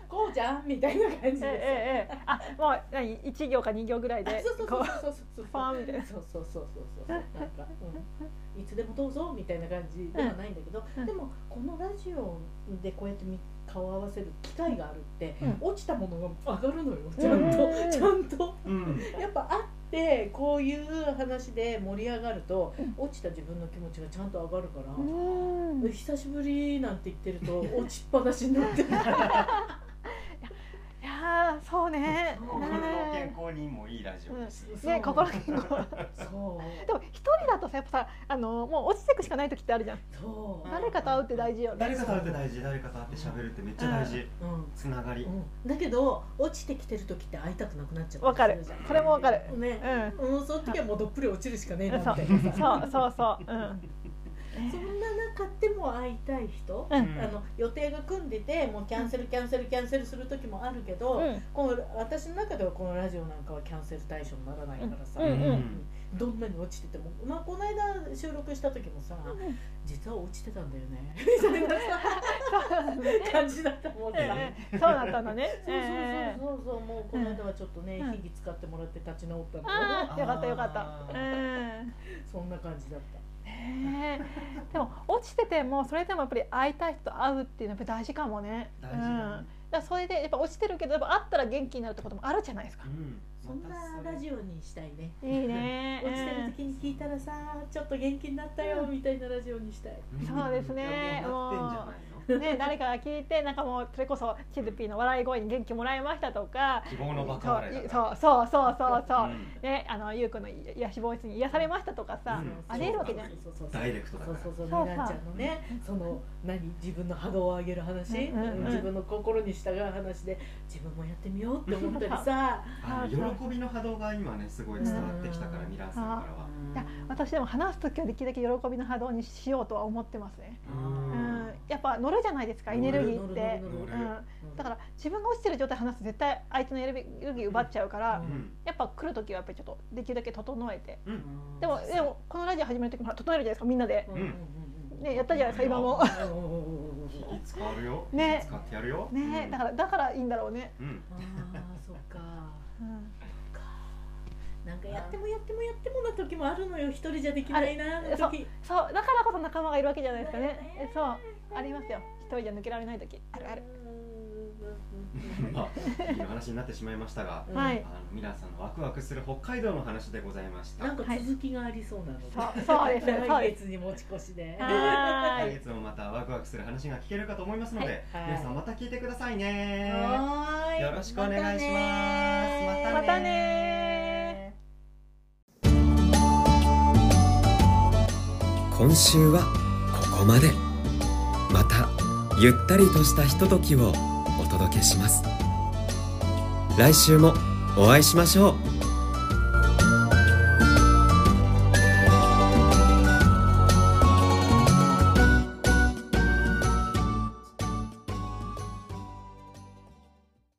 [SPEAKER 2] こうじゃんみたいな感じ
[SPEAKER 3] え
[SPEAKER 2] で
[SPEAKER 3] えええええ。あもう何一行か二行ぐらい
[SPEAKER 2] さあ
[SPEAKER 3] で
[SPEAKER 2] そうそうそ
[SPEAKER 3] こ
[SPEAKER 2] うそうそうそう
[SPEAKER 3] ファーみたいな
[SPEAKER 2] そうそうそうそうそうなんか、うん、いつでもどうぞみたいな感じではないんだけど、
[SPEAKER 3] うん
[SPEAKER 2] でもこのラジオでこうやってみ顔を合わせる機会があるって、
[SPEAKER 3] うん
[SPEAKER 2] 落ちたものが上がるのよちゃんと、
[SPEAKER 3] うん
[SPEAKER 2] ちゃんと。
[SPEAKER 1] うん、
[SPEAKER 2] やっぱ会ってこういう話で盛り上がると、
[SPEAKER 3] うん
[SPEAKER 2] 落ちた自分の気持ちがちゃんと上がるから、
[SPEAKER 3] う。うん。
[SPEAKER 2] 久しぶりなんて言ってると落ちっぱなしになってる
[SPEAKER 3] いやーそうね。
[SPEAKER 1] 心の健康にもいいラジオです、
[SPEAKER 2] 康
[SPEAKER 3] ね心健康。
[SPEAKER 2] そう
[SPEAKER 3] でも一人だとさやっぱさあのもう落ちてくしかない時ってあるじゃん。
[SPEAKER 2] そう、
[SPEAKER 3] 誰かと会うって大事よね。
[SPEAKER 1] 誰かと会って大事誰かと会って喋るってめっちゃ大事、
[SPEAKER 2] うん
[SPEAKER 1] つながり、
[SPEAKER 2] うん、だけど落ちてきてる時って会いたくなくなっちゃった
[SPEAKER 3] わかる
[SPEAKER 2] りすじゃん
[SPEAKER 3] それもわかる。
[SPEAKER 2] ね
[SPEAKER 3] うん。
[SPEAKER 2] うん、その時はもうどっぷり落ちるしかねえなみ
[SPEAKER 3] そ
[SPEAKER 2] た
[SPEAKER 3] う
[SPEAKER 2] いなさ
[SPEAKER 3] そうそうそう。うん。
[SPEAKER 2] そんな中でも会いたい人、
[SPEAKER 3] うん
[SPEAKER 2] あの予定が組んでてもうキャンセルキャンセルキャンセルする時もあるけど、
[SPEAKER 3] うん。
[SPEAKER 2] この私の中ではこのラジオなんかはキャンセル対象にならないからさ、
[SPEAKER 3] うんうん
[SPEAKER 2] どんなに落ちてても、まあ、この間収録した時もさ実は落ちてたんだよねみたいな さ感じだったもんさ。
[SPEAKER 3] ええそうだったのね。
[SPEAKER 2] そう
[SPEAKER 3] ええ
[SPEAKER 2] そうそうそうもうこの間はちょっとね、
[SPEAKER 3] うん
[SPEAKER 2] 秘技使ってもらって立ち直ったの、
[SPEAKER 3] ああ、よかったよかった。うん。
[SPEAKER 2] そんな感じだった
[SPEAKER 3] ねえでも落ちててもそれでもやっぱり会いたい人と会うっていうのはやっぱり大事かもね。
[SPEAKER 1] 大事だ
[SPEAKER 3] うん
[SPEAKER 1] ね、
[SPEAKER 3] だからそれでやっぱ落ちてるけどやっぱ会ったら元気になるってこともあるじゃないですか
[SPEAKER 1] う。ん
[SPEAKER 2] そんなラジオにしたいね
[SPEAKER 3] いいね。
[SPEAKER 2] 落ちてる時に聞いたらさちょっと元気になったよみたいなラジオにしたい
[SPEAKER 3] そうですね
[SPEAKER 1] もうなってんじゃないの
[SPEAKER 3] ね、誰かが聞いてなんかもうそれこそチズピーの笑い声に元気もらいましたとか
[SPEAKER 1] 希望
[SPEAKER 3] そ
[SPEAKER 1] のバ
[SPEAKER 3] う
[SPEAKER 1] カ笑いだから
[SPEAKER 3] そうそうそうそう
[SPEAKER 1] う
[SPEAKER 3] そ
[SPEAKER 1] ん
[SPEAKER 3] う、ね、あのゆうくんの癒やしボイスに癒されましたとかさ、
[SPEAKER 1] うん
[SPEAKER 3] ありえるわけじゃん
[SPEAKER 2] そうそうそうそう
[SPEAKER 1] ダイレクトだか
[SPEAKER 2] そう
[SPEAKER 1] ら
[SPEAKER 2] そうそう
[SPEAKER 3] そうそ
[SPEAKER 2] み
[SPEAKER 3] う
[SPEAKER 2] なちゃんのねその何自分の波動を上げる話、
[SPEAKER 3] うんうん
[SPEAKER 1] うん
[SPEAKER 2] 自分の心に従う話で自分もやってみようって思ったりさ
[SPEAKER 1] あの
[SPEAKER 3] そうそう
[SPEAKER 1] 喜びの波動が今ねすごい伝わってきたから
[SPEAKER 2] うん
[SPEAKER 1] ミラーさんからは
[SPEAKER 3] んいや私でも話す時はできるだけ喜びの波動にしようとは思ってますね、
[SPEAKER 1] う
[SPEAKER 3] うんん、やっぱ乗るじゃないですかエネルギーって、
[SPEAKER 2] 乗る乗る乗る
[SPEAKER 1] 乗
[SPEAKER 3] うん、だから自分が落ちてる状態で話すと絶対相手のエネルギー奪っちゃうから、
[SPEAKER 2] うん
[SPEAKER 1] うん
[SPEAKER 3] やっぱ来る時はやっぱりちょっとできるだけ整えて
[SPEAKER 1] うん
[SPEAKER 3] でもでもこのラジオ始める時もほら整えるじゃないですかみんなで、
[SPEAKER 1] うん
[SPEAKER 3] ね、やったじゃないですか今も。
[SPEAKER 1] いつ使うよ
[SPEAKER 3] ね
[SPEAKER 1] 使ってやるよ
[SPEAKER 3] ね、
[SPEAKER 1] うん
[SPEAKER 3] だからだからいいんだろうね。
[SPEAKER 1] うん
[SPEAKER 2] ああそっか
[SPEAKER 3] うん、
[SPEAKER 2] なんかやってもやってもやってもな時もあるのよ一人じゃできないなあの
[SPEAKER 3] そう
[SPEAKER 2] 時
[SPEAKER 3] そうだからこそ仲間がいるわけじゃないですか
[SPEAKER 2] だよ
[SPEAKER 3] ね。
[SPEAKER 2] ね
[SPEAKER 3] えそうありますよ。一人じゃ抜けられない時あるある。
[SPEAKER 2] る
[SPEAKER 1] まあいい話になってしまいましたが
[SPEAKER 3] は
[SPEAKER 1] あ
[SPEAKER 3] い
[SPEAKER 1] のミラーさんのワクワクする北海道の話でございました
[SPEAKER 2] なんか続きがありそうなので、
[SPEAKER 3] そうそうですねそう
[SPEAKER 2] 来
[SPEAKER 3] で
[SPEAKER 2] 月に持ち越しで。
[SPEAKER 3] は
[SPEAKER 1] 来
[SPEAKER 3] ーい。
[SPEAKER 1] 月もまたワクワクする話が聞けるかと思いますので
[SPEAKER 2] はい
[SPEAKER 1] 皆さんまた聞いてくださいね
[SPEAKER 2] はーい
[SPEAKER 1] よろしくお願いしますま
[SPEAKER 3] またね
[SPEAKER 4] 今週はここまでまたゆったりとしたひとときをお届けします来週もお会いしましょう